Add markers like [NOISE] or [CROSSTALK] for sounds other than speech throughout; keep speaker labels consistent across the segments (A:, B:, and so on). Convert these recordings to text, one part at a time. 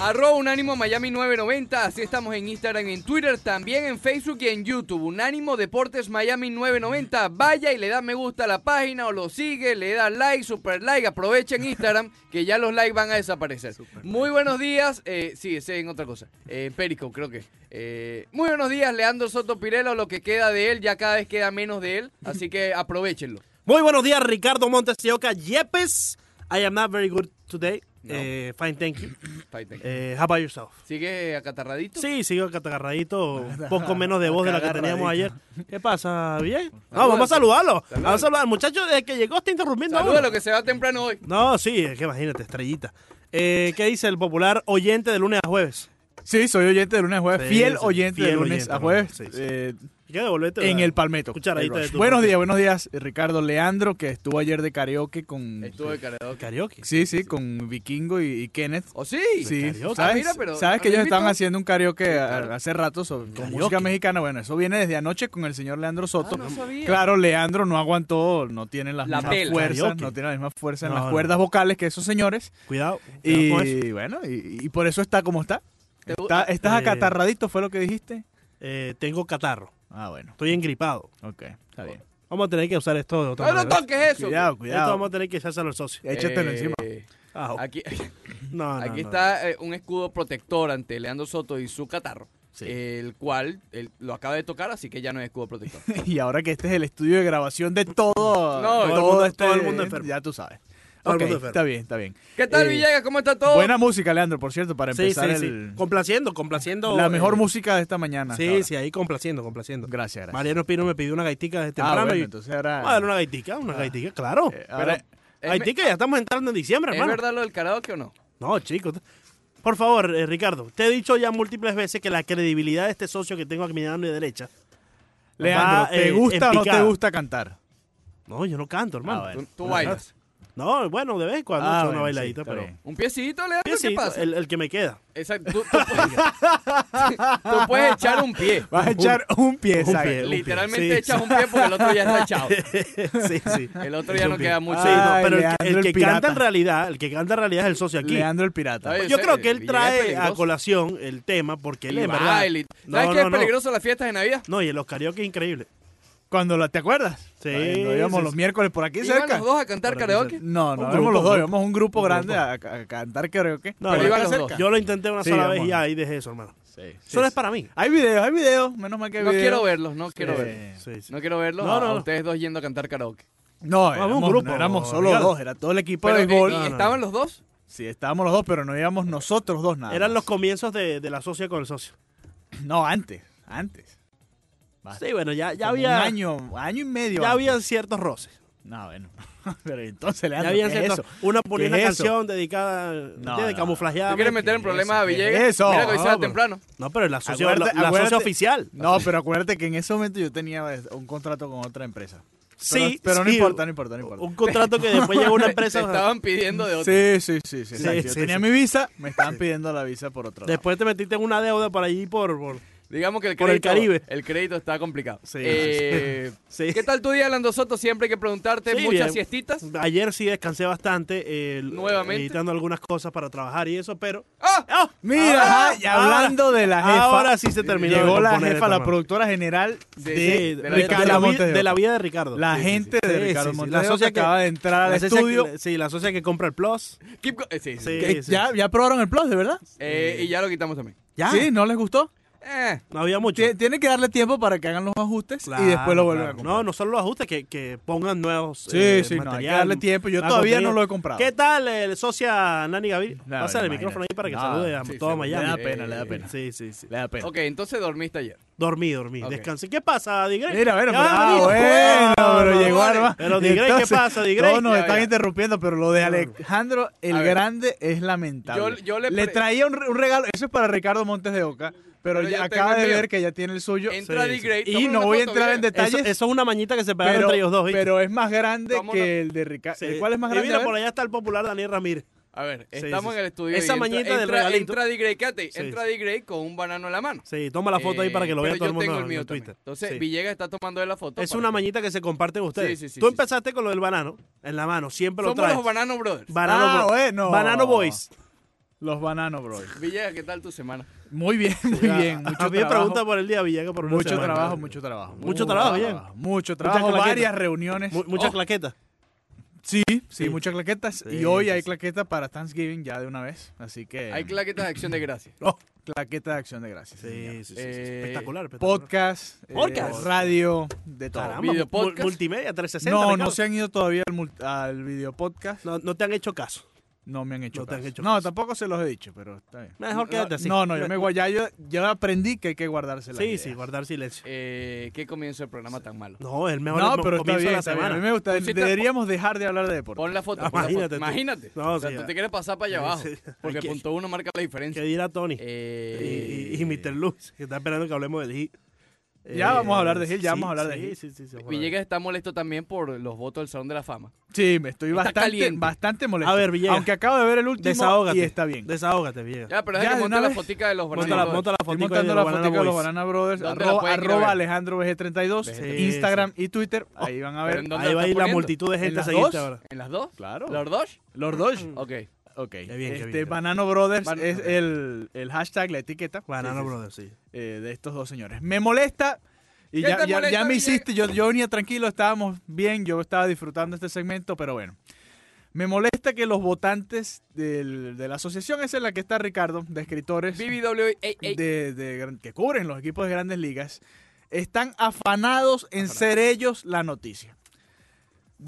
A: arroba Unánimo Miami 990. Así estamos en Instagram, en Twitter, también en Facebook y en YouTube. Unánimo Deportes Miami 990. Vaya y le da me gusta a la página o lo sigue, le da like, super like. Aprovechen
B: [LAUGHS]
A: Instagram que ya los likes van a desaparecer. Muy buenos días. eh, sí, ese es en otra cosa. Eh, Perico, creo que. Eh, muy buenos días, Leandro Soto Pirelo. Lo que queda de él, ya cada vez queda menos de él. Así que aprovechenlo.
B: Muy buenos días, Ricardo Montes de Oca Yepes. I am not very good today.
A: No.
B: Eh, fine, thank you.
A: Fighting.
B: Eh, how about yourself?
A: ¿Sigue acatarradito?
B: Sí, sigo catagarradito, un poco menos de voz de la que teníamos ayer. ¿Qué pasa? ¿Bien? No,
A: Salúdalo.
B: vamos a saludarlo.
A: Salúdalo.
B: Vamos a saludar. Muchacho, desde que llegó está interrumpiendo. a uno.
A: Saluda lo que se va temprano hoy.
B: No, sí, es que imagínate, estrellita. Eh, ¿Qué dice el popular oyente de lunes a jueves?
C: Sí, soy oyente de lunes a jueves.
B: Sí,
C: fiel
B: sí,
C: oyente de
B: fiel
C: lunes
B: oyente,
C: a jueves.
B: sí, sí.
C: eh,
B: Hay que devolverte
C: en
B: la
C: el palmeto.
B: cucharadita de tu
C: Buenos días, buenos días, Ricardo Leandro, que estuvo ayer de karaoke con.
A: Estuvo de karaoke.
B: karaoke.
C: Sí, sí, con Vikingo y, y Kenneth.
A: ¿O sí?
C: Sí,
B: karaoke.
C: ¿sabes?
A: Ah, mira, pero-
C: ¿Sabes que ellos
A: ¿habéis
C: estaban
A: visto?
C: haciendo un karaoke a-
A: claro.
C: hace rato sobre con
B: Karaoke.
C: música mexicana? Bueno, eso viene desde anoche con el señor Leandro Soto.
A: Ah, no sabía.
C: Claro, Leandro no aguantó, no tiene las
A: La
C: mismas
A: pela.
C: fuerzas,
B: Karaoke.
C: no tiene la misma fuerza en
B: No,
C: las
B: no.
C: cuerdas vocales que esos señores.
B: Cuidado. cuidado con eso.
C: Y bueno, y, y por eso está como está.
A: Te- Ah,
C: Está- estás
B: Eh.
C: acatarradito, fue lo que dijiste.
B: Eh, tengo catarro.
C: Ah, bueno,
B: Estoy engripado.
C: ok, está bien.
B: Vamos a tener que usar esto de otra
A: Ah, No, no
B: manera.
A: toques eso.
C: Cuidado,
B: Esto vamos
C: cuidado.
B: a tener que echárselo al socio.
C: Échatelo
A: Eh,
C: encima.
B: Ah, ok.
A: Aquí,
B: No, no,
A: aquí
B: no.
A: está eh, un escudo protector ante Leandro Soto y su catarro.
B: Sí.
A: El cual él lo acaba de tocar, así que ya no es escudo
B: [LAUGHS]
A: protector.
C: [LAUGHS] Y ahora que este es el estudio de grabación de todo, todo,
A: el
B: mundo-
C: este-
B: todo eh. el mundo enfermo.
C: Ya tú sabes.
B: Todo el
C: Ok,
B: mundo enfermo.
C: está bien, está bien.
A: ¿Qué tal,
C: Eh,
A: Villegas? ¿Cómo está todo?
C: Buena música, Leandro, por cierto, para
B: Sí, sí,
C: empezar
B: sí.
C: el-
B: Complaciendo, complaciendo.
C: la mejor
B: eh,
C: música de esta mañana. hasta
B: Sí,
C: ahora.
B: sí, ahí complaciendo, complaciendo.
C: Gracias, gracias.
B: Mariano Pino me pidió una gaitica desde
C: ah,
B: temprano.
C: bueno,
B: y-
C: entonces ahora...
B: Vamos a darle una gaitica, una gaitica, claro.
C: eh,
A: Pero,
C: ahora-
A: ¿es,
B: Gaitica, ya estamos entrando en diciembre,
A: ¿es
B: hermano.
A: verdad lo del karaoke o no?
B: No, chicos. Por favor, eh, Ricardo, te he dicho ya múltiples veces que la credibilidad de este socio que tengo aquí a mi mano y derecha.
C: Leandro,
B: va,
C: ¿te
B: eh,
C: gusta
B: en
C: o no te
B: picada.
C: gusta cantar?
B: No, yo no canto, hermano.
C: Ah, bueno.
A: Tú, tú
C: no,
A: bailas.
B: No, bueno, de vez en
C: Ah,
B: cuando he hecho Ah, una bailadita, pero.
A: ¿Un piecito, Leandro?
B: Sí,
A: ¿Qué
B: sí,
A: pasa?
B: El, el que me queda.
A: Exacto.
B: [LAUGHS]
A: Tú, tú puedes, [LAUGHS] tú puedes echar un pie.
C: Vas a echar un pie,
B: un
C: exacto.
B: pie.
A: Literalmente
B: Sí,
A: echas un pie porque el otro ya está echado.
B: [LAUGHS] sí, sí.
A: El otro ya no
B: Sí,
A: queda mucho.
B: sí, no,
C: Ay,
B: pero el que- el,
C: Leandro el
B: que
C: pirata.
B: canta en realidad, el que canta en realidad es el socio aquí.
C: Leandro el pirata.
A: Oye,
B: Yo
A: ese-
B: creo que él
A: Villegas es
B: trae a
A: peligroso.
B: colación el tema porque él
A: Y
B: en verdad.
A: baila y-
B: No,
A: ¿Sabes qué
B: no,
A: es
B: no.
A: peligroso las fiestas de Navidad?
B: No, y en los karaoke es increíble.
C: Cuando la, ¿Te acuerdas?
B: Sí,
C: Cuando íbamos
B: sí,
C: los
B: sí.
C: miércoles por aquí
A: ¿Iban
C: cerca.
A: los dos a cantar
B: Para
A: karaoke?
C: No, no,
B: Un
C: íbamos
B: grupo,
C: los dos,
B: un
C: íbamos un grupo
B: Un
C: grande
B: grupo.
C: A, a cantar karaoke.
B: No,
C: Pero
B: yo-
C: iban
A: los
C: cerca.
A: dos.
B: Yo lo intenté una
C: Sí,
B: sola
C: vamos.
B: vez y ahí dejé eso, hermano.
C: Sí, sí,
B: Eso no es
C: sí.
B: para mí.
C: Hay videos, hay videos, menos mal que hay
A: No
C: videos.
A: quiero verlos, no quiero
C: Eh,
A: verlos.
B: Sí, sí.
A: No quiero verlos
B: No,
A: a,
B: no,
A: a
B: no.
A: ustedes dos yendo a cantar karaoke.
C: No,
B: Había un
C: éramos,
B: grupo,
C: no éramos solo
B: Ricardo.
C: dos, era todo el equipo
A: Pero,
C: de
A: eh,
C: béisbol.
A: ¿y
B: no, no.
A: ¿Estaban los dos?
C: Sí, estábamos los dos, pero no íbamos nosotros dos nada.
B: Eran
C: más.
B: los comienzos de, de la socia con el socio.
C: No, antes, antes. Basta.
B: Sí, bueno, ya, ya
C: Como
B: había.
C: un año, año y medio.
B: ya
C: antes.
B: había ciertos roces.
C: No, bueno. [LAUGHS] pero entonces le
B: Ya había
C: ¿qué es
B: ciertos.
C: eso?
B: Una ponía
C: ¿Qué
B: una
C: es eso?
B: canción dedicada. ¿entiendes?
C: no.
B: camuflajeada.
A: ¿Tú quieres meter en
C: ¿qué
A: problemas a
C: es eso?
A: Villegas?
C: ¿Qué es eso?
A: Mira que hoy se va
B: No, pero-
A: temprano.
B: No, pero la socia, la- la
C: Acuérdate-
B: socia
C: acuérdate-
B: oficial.
C: No, pero acuérdate que en ese momento yo tenía eh, un contrato con otra empresa. Pero-
B: Sí,
C: pero no
B: sí,
C: importa, no importa, no importa.
B: Un contrato que después llegó una
A: Te [LAUGHS]
B: empresa.
A: estaban pidiendo de otro.
C: Sí, sí, sí, sí.
B: Sí,
C: exacto. yo
B: sí,
C: tenía
B: sí.
C: mi visa, me estaban pidiendo la visa por otro
B: [LAUGHS]
C: lado.
B: Después te metiste en una deuda por allí por. por-
A: Digamos que el
B: Por el
A: crédito,
B: Caribe.
A: el crédito está complicado.
B: Sí,
A: Eh,
B: [LAUGHS] sí.
A: ¿Qué tal tu día, Lando Soto? Siempre hay que preguntarte
B: Sí,
A: muchas
B: bien.
A: siestitas.
B: Ayer sí descansé bastante. eh,
A: Nuevamente.
B: Editando algunas cosas para trabajar y eso, pero.
A: ¡Ah!
B: ¡Ah!
C: Mira,
B: Ah,
C: ajá, y hablando de la jefa.
B: Ahora sí se terminó. de
C: Llegó la
B: componer
C: jefa,
B: esto,
C: la
B: hermano.
C: productora general de,
A: sí, de la-
C: Ricardo
B: de la, vi-
C: Montes de
B: de la
C: Oca.
B: vida de Ricardo.
C: La
B: Sí, sí,
C: gente
B: sí.
C: de
B: Sí,
C: Ricardo
B: sí, sí.
C: Montes
B: La
C: de Oca
B: socia
C: que acaba de entrar al
B: la socia
C: estudio.
B: que- sí, la socia que compra el Plus.
A: Keep go- eh, sí, sí.
B: Sí,
C: ¿Qué?
B: sí.
C: ¿Ya, ¿Ya probaron el Plus, de verdad?
A: Eh, y ya lo quitamos también.
B: ¿Ya?
C: ¿Sí? ¿No les gustó?
A: Eh,
B: No había mucho.
C: Tie- Tiene que darle tiempo para que hagan los ajustes
B: Claro,
C: y después lo vuelven
B: claro.
C: a comprar.
B: No, no solo los ajustes, que, que pongan nuevos
C: Sí,
B: eh,
C: sí, no, hay que
B: material,
C: darle tiempo. Yo
B: más
C: todavía no
B: contenido.
C: lo he comprado.
B: ¿Qué tal, eh, socia Nani Gaviria?
C: No,
B: Pasa el
C: imagínate.
B: micrófono ahí para que
C: No,
B: salude a
A: sí,
B: toda
A: sí,
C: Le da
B: Miami.
C: pena, le da
A: Eh,
C: pena.
B: Sí, sí, sí.
C: Le da pena.
A: ok, entonces dormiste ayer.
B: Dormí, dormí.
A: Ok.
B: Descansé. ¿Qué pasa, Digrey?
C: Mira, bueno,
B: Ya,
C: pero, ah,
B: amigo.
C: bueno, pero llegó
A: vale.
C: Arma.
B: Pero, Digrey, ¿qué
C: Entonces,
B: pasa, Digrey?
C: Todos nos
A: Ya,
C: están
A: ya.
C: interrumpiendo, pero lo de Alejandro el
A: A ver.
C: Grande es lamentable.
A: Yo- yo le pre-
C: traía un, re- un regalo, eso es para Ricardo Montes de Oca, pero,
A: Pero
C: ya
A: yo
C: acaba
A: tengo el
C: de
A: mío.
C: ver que ya tiene el suyo.
A: Entra
B: sí,
A: D. Gray.
C: Y
A: toma
C: no
A: una
C: voy a
A: foto,
C: entrar en
A: mira.
C: detalles.
B: Eso, eso es una mañita que se pegaron
C: pero,
B: entre ellos dos. ¿viste?
C: pero es más grande
A: Toma una-
C: que el de Ricardo. Eh,
B: Sí.
C: ¿Cuál es más
B: Y
C: grande? A
B: mira,
C: ver.
B: por allá está el popular Daniel Ramírez.
A: A ver,
B: Sí,
A: estamos
B: sí,
A: en el
B: sí.
A: estudio. y
B: Esa
A: entra-
B: mañita del
A: entra,
B: regalito.
A: Entra D. Gray, quédate.
B: Sí,
A: entra
B: sí.
A: D. Gray con un banano en la mano.
B: Sí, toma la foto ahí
A: Eh,
B: para que lo vea
A: pero
B: todo el
A: yo
B: mundo
A: tengo
B: en-
A: el mío
B: en
A: también.
B: Twitter.
A: Entonces,
B: Sí.
A: Villegas está tomando de la foto.
B: Es
A: para
B: una
A: que-
B: mañita que se comparten ustedes.
A: Sí, sí, sí,
B: Tú
A: sí,
B: empezaste con lo del banano en la mano, siempre lo
A: Somos
B: traes.
A: los Banano Brothers.
B: Banano,
C: Ah,
B: Bro-
C: bueno.
B: Banano Boys.
C: Los bananos, bro.
A: Villegas, ¿qué tal tu semana?
C: Muy bien, muy bien. Mucho
B: a mí me
C: trabajo,
B: pregunta por el día Villaga por una
C: mucho
B: semana.
C: trabajo, mucho trabajo.
B: Mucho trabajo, bien.
C: Mucho trabajo,
B: claqueta.
C: varias reuniones.
B: Mu- muchas
C: Oh,
B: claquetas.
C: sí, sí,
B: Sí.
C: muchas claquetas.
B: Sí,
C: y hoy
B: sí,
C: hay
B: sí.
C: claqueta para Thanksgiving ya de una vez. Así
B: Eh.
C: que.
A: Hay claquetas de acción de
B: [LAUGHS]
A: gracias.
C: oh, claqueta de acción de gracias. sí, señor.
B: Sí, sí, sí, sí.
A: Eh,
B: espectacular, espectacular.
C: Podcast, eh,
B: Podcast.
C: radio, de todo.
B: Caramba,
A: Video
B: mul-
A: podcast.
B: multimedia 360.
C: No,
B: Ricardo.
C: no se han ido todavía al, mul- al video podcast.
B: No, no te han hecho caso.
C: No me han hecho
B: No te han
C: caso.
B: hecho
C: No,
B: caso.
C: tampoco se los he dicho, pero está bien.
B: Mejor
A: No,
B: quédate así.
C: No, no, yo me gua- ya yo, yo aprendí que hay que guardarse la
B: Sí, sí, guardar silencio.
A: Eh, ¿Qué comienzo el programa tan malo?
B: No, el mejor
C: No,
B: mo-
C: pero está
B: comienzo de
C: bien,
B: la
C: está bien. A
B: semana.
C: mí me gusta.
A: Pusiste-
C: Deberíamos dejar de hablar de deporte.
A: Pon la foto.
B: Ah,
A: pon la foto.
B: imagínate tú.
A: Imagínate.
B: No,
A: o sea,
B: sí,
A: tú
B: ya.
A: te quieres pasar para allá
B: Sí,
A: abajo.
B: sí.
A: Porque
B: Aquí-
A: punto uno marca la
B: [LAUGHS] ¿Qué
A: diferencia.
B: dirá Tony?
A: Eh,
B: y, y, y Mr. Luz, que está esperando que hablemos del Gil.
C: Ya vamos a hablar de Gil, ya vamos a hablar de
B: eh, sí, Sí,
C: Gil.
B: sí, sí, vamos a hablar.
A: Villegas está molesto también por los votos del Salón de la Fama.
C: Sí, me estoy
A: Está
C: bastante,
A: caliente.
C: bastante molesto.
B: A ver, Villegas.
C: Aunque acabo de ver el último
B: Desahógate.
C: y está bien.
B: Desahógate, Villegas.
A: Ya, pero
C: Ya,
A: déjame
C: de
A: montar
C: una
A: la
C: vez.
A: fotica de los
B: Monta la,
A: bananos.
B: monta la
C: Estoy
B: fotico
C: montando
B: de
C: la
B: los
C: fotica
B: Banana
C: de los
B: Boys.
C: Banana Brothers.
A: ¿Dónde la
C: Arroba,
A: pueden ir a
C: arroba
A: ver?
C: Alejandro VG32.
B: Sí,
C: Instagram y Twitter. Ahí van a
A: Pero ¿en
C: ver.
A: dónde
B: Ahí
A: la
B: va a
A: estás
B: ir la
A: poniendo?
B: multitud de gente
C: las
B: a seguirte
C: dos?
B: ahora.
A: ¿En las dos?
C: Claro.
A: ¿Los dos?
C: Los dos.
B: Mm.
A: Ok.
C: Ok.
B: bien, qué
C: este,
B: bien.
C: Banano Brothers
A: Ban-
C: es el, el hashtag, la etiqueta
B: Banana
C: sí, sí,
B: Brothers, sí.
C: sí, eh, de estos dos señores. Me molesta. Y
A: ¿Qué
C: ya,
A: te
C: ya-
A: molesta,
C: ya me
A: Villegas?
C: hiciste, yo, yo venía tranquilo, estábamos bien, yo estaba disfrutando este segmento, pero bueno. Me molesta que los votantes del- de la asociación esa en la que está Ricardo, de escritores,
A: BBW. ey, ey.
C: de, de gran- que cubren los equipos de grandes ligas, están afanados en ser ellos la noticia.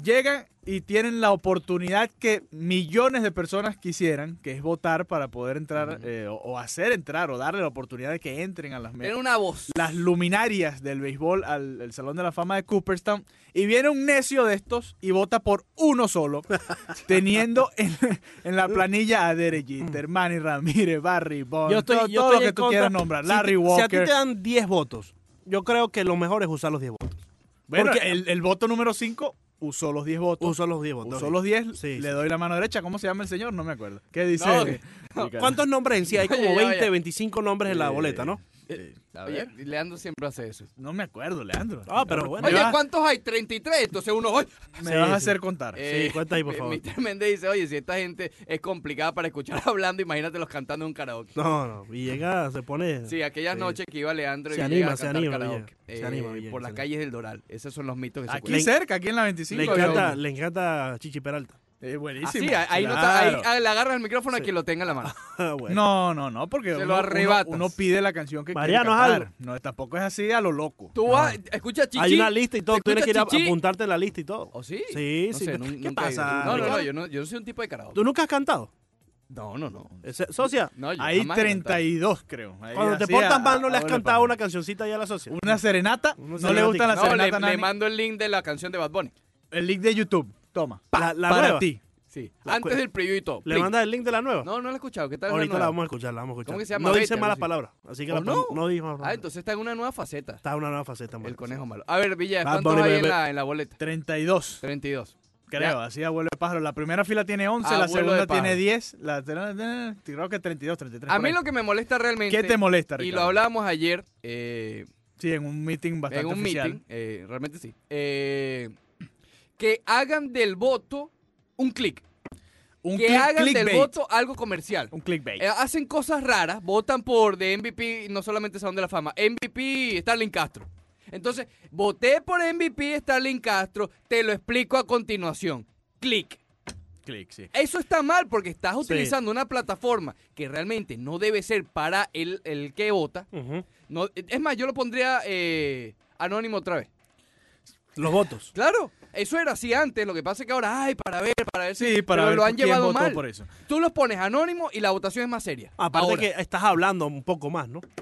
C: Llegan y tienen la oportunidad que millones de personas quisieran, que es votar para poder entrar
A: Ujú.
C: eh, o, o hacer entrar o darle la oportunidad de que entren a las
A: Tiene
C: mesas.
A: una voz.
C: Las luminarias del béisbol al al Salón de la Fama de Cooperstown. Y viene un necio de estos y vota por
B: [LAUGHS]
C: uno solo, teniendo en, en la planilla a Derek Jeter, Manny Ramírez, Barry Bonds,
B: Mm. Yo estoy,
C: todo,
B: yo
C: todo
B: estoy
C: lo que
B: en
C: tú
B: contra.
C: quieras nombrar.
B: Si
C: Larry
B: te- Si a ti
C: Walker.
B: te dan 10 votos, yo creo que lo mejor es usar los 10 votos.
C: Bueno,
B: Porque-
C: el, el voto número 5 usó los 10 votos.
B: Usa los 10 votos.
C: usó los 10,
B: Sí,
C: le
B: sí.
C: doy la mano derecha. ¿Cómo se llama el señor? No me acuerdo. ¿Qué dice?
A: No,
C: eh, [LAUGHS] Ricardo?
B: ¿Cuántos nombres en sí? Hay como
A: Ya, ya,
B: 20,
A: ya.
B: 25 nombres en la boleta, ¿no?
C: Eh, a
A: Oye,
C: ver,
A: Leandro siempre hace eso.
C: no me acuerdo, Leandro.
B: Ah, pero bueno.
C: Me,
A: Oye,
C: vas,
A: ¿cuántos hay? 33. Entonces uno hoy.
C: me
B: Sí,
C: vas a
B: sí.
C: hacer contar.
A: Eh,
B: cuenta ahí, por favor.
A: [LAUGHS] Mr. Méndez dice, oye, si esta gente es complicada para escuchar [LAUGHS] hablando, imagínatelos cantando en un karaoke.
B: No, no. Villegas se pone.
A: Sí, aquellas
B: Sí.
A: noches que iba Leandro y
B: Se
A: Villegas
B: anima,
A: a
B: se
A: cantar
B: anima,
A: karaoke.
B: Villegas. Se anima,
A: eh,
B: Villegas,
A: por
B: se
A: las
B: anima.
A: calles del Doral. Esos son los mitos que se
C: aquí
A: cuentan.
C: cerca, aquí en la 25.
B: le,
C: había
B: encanta,
C: uno.
B: le encanta Chichi Peralta. [LAUGHS]
C: Eh, buenísimo.
A: Así, ahí, no está- ahí- ah, le agarras el micrófono a
B: Sí.
A: quien lo tenga en la mano.
B: Ah, bueno.
C: No, no, no, porque
A: Se lo
C: uno, uno-
A: arrebatas.
C: uno pide la canción que
B: Mariano,
C: quiere
B: haz
C: cantar.
B: algo.
C: No, tampoco es así a lo loco.
A: Tú vas, escucha Chichi.
B: Hay una lista y todo.
A: ¿Te
B: Tú tienes que ir a
A: escuchas, Chichi?
B: apuntarte en la lista y todo.
A: ¿O sí?
B: Sí,
A: No
B: sí.
A: sé,
B: ¿Qué-
A: nun-
B: ¿Qué
A: nunca he ido.
B: pasa?
A: No, no, no,
B: Ricardo?
A: yo no, yo no soy un tipo de karaoke.
B: ¿Tú nunca has cantado?
A: No, no, no.
B: Ese- Socia,
A: No, yo
C: Ahí
A: jamás he cantado.
C: 32, creo. Ahí
B: cuando te
C: así
B: portas
C: a-
B: mal, no le has
C: a-
B: cantado una cancioncita ahí a la socia.
C: Una serenata.
B: Una
C: no le
B: serenata.
C: gustan las
A: No, le,
C: serenatas.
A: le
C: Nani.
A: mando el link de la canción de Bad Bunny.
C: El link de YouTube. Toma.
B: La, la
C: para
B: nueva.
C: ti.
A: Sí.
B: La
A: Antes
B: cu-
A: del preview y todo.
B: Le
A: Link.
B: mandas el link de la
C: [LAUGHS]
B: nueva.
A: No, no la he escuchado. ¿Qué tal? la
B: Ahorita la
A: nueva?
B: vamos a escuchar, la vamos a escuchar.
A: ¿Cómo que se llama?
B: No
A: Vete,
B: dice
A: algo
B: malas
A: así.
B: palabras, así que
A: ¿O
B: la
A: no?
B: pon- no dijo malas
A: Ah,
B: palabras.
A: entonces está en una nueva faceta.
B: Está una nueva faceta.
A: El
B: Marco.
A: conejo malo. A ver, Villa,
B: Bad
A: ¿cuántos
B: Bunny,
A: hay
B: ve-
A: en
B: ve-
A: la, en la boleta?
C: 32,
A: 32.
C: creo. Así abuelo de pájaro. La primera fila tiene 11, la
A: Abuelo de
C: segunda
A: pájaro.
C: tiene 10. La tercera, creo que 32, 33.
A: A
C: por
A: mí
C: ahí.
A: lo que me molesta realmente.
C: ¿Qué te molesta, Ricardo?
A: Y lo hablábamos ayer eh,
C: Sí, en un meeting bastante
A: en un
C: oficial.
A: meeting. eh, realmente sí. eh, que hagan del voto un clic.
C: Un
A: Que
C: click-
A: hagan del
C: clickbait.
A: voto algo comercial.
C: Un clickbait.
A: Eh, hacen cosas raras, votan por de MVP, no solamente Salón de la Fama, MVP Starling Castro. Entonces, voté por MVP Starling Castro, te lo explico a continuación. Clic.
C: Click, sí.
A: Eso está mal porque estás utilizando una plataforma que realmente no debe ser para el, el que vota.
B: Ujú.
A: No, es más, yo lo pondría eh, anónimo otra vez.
B: Los votos.
A: Claro, eso era así antes. Lo que pasa es que ahora, ay, para ver, para ver si
C: Sí, para
A: pero
C: ver
A: lo han
C: quién
A: llevado
C: votó
A: mal.
C: por eso.
A: Tú los pones anónimo y la votación es más seria.
B: Aparte
A: Ahora.
B: que estás hablando un poco más, ¿no?
A: ¿Cómo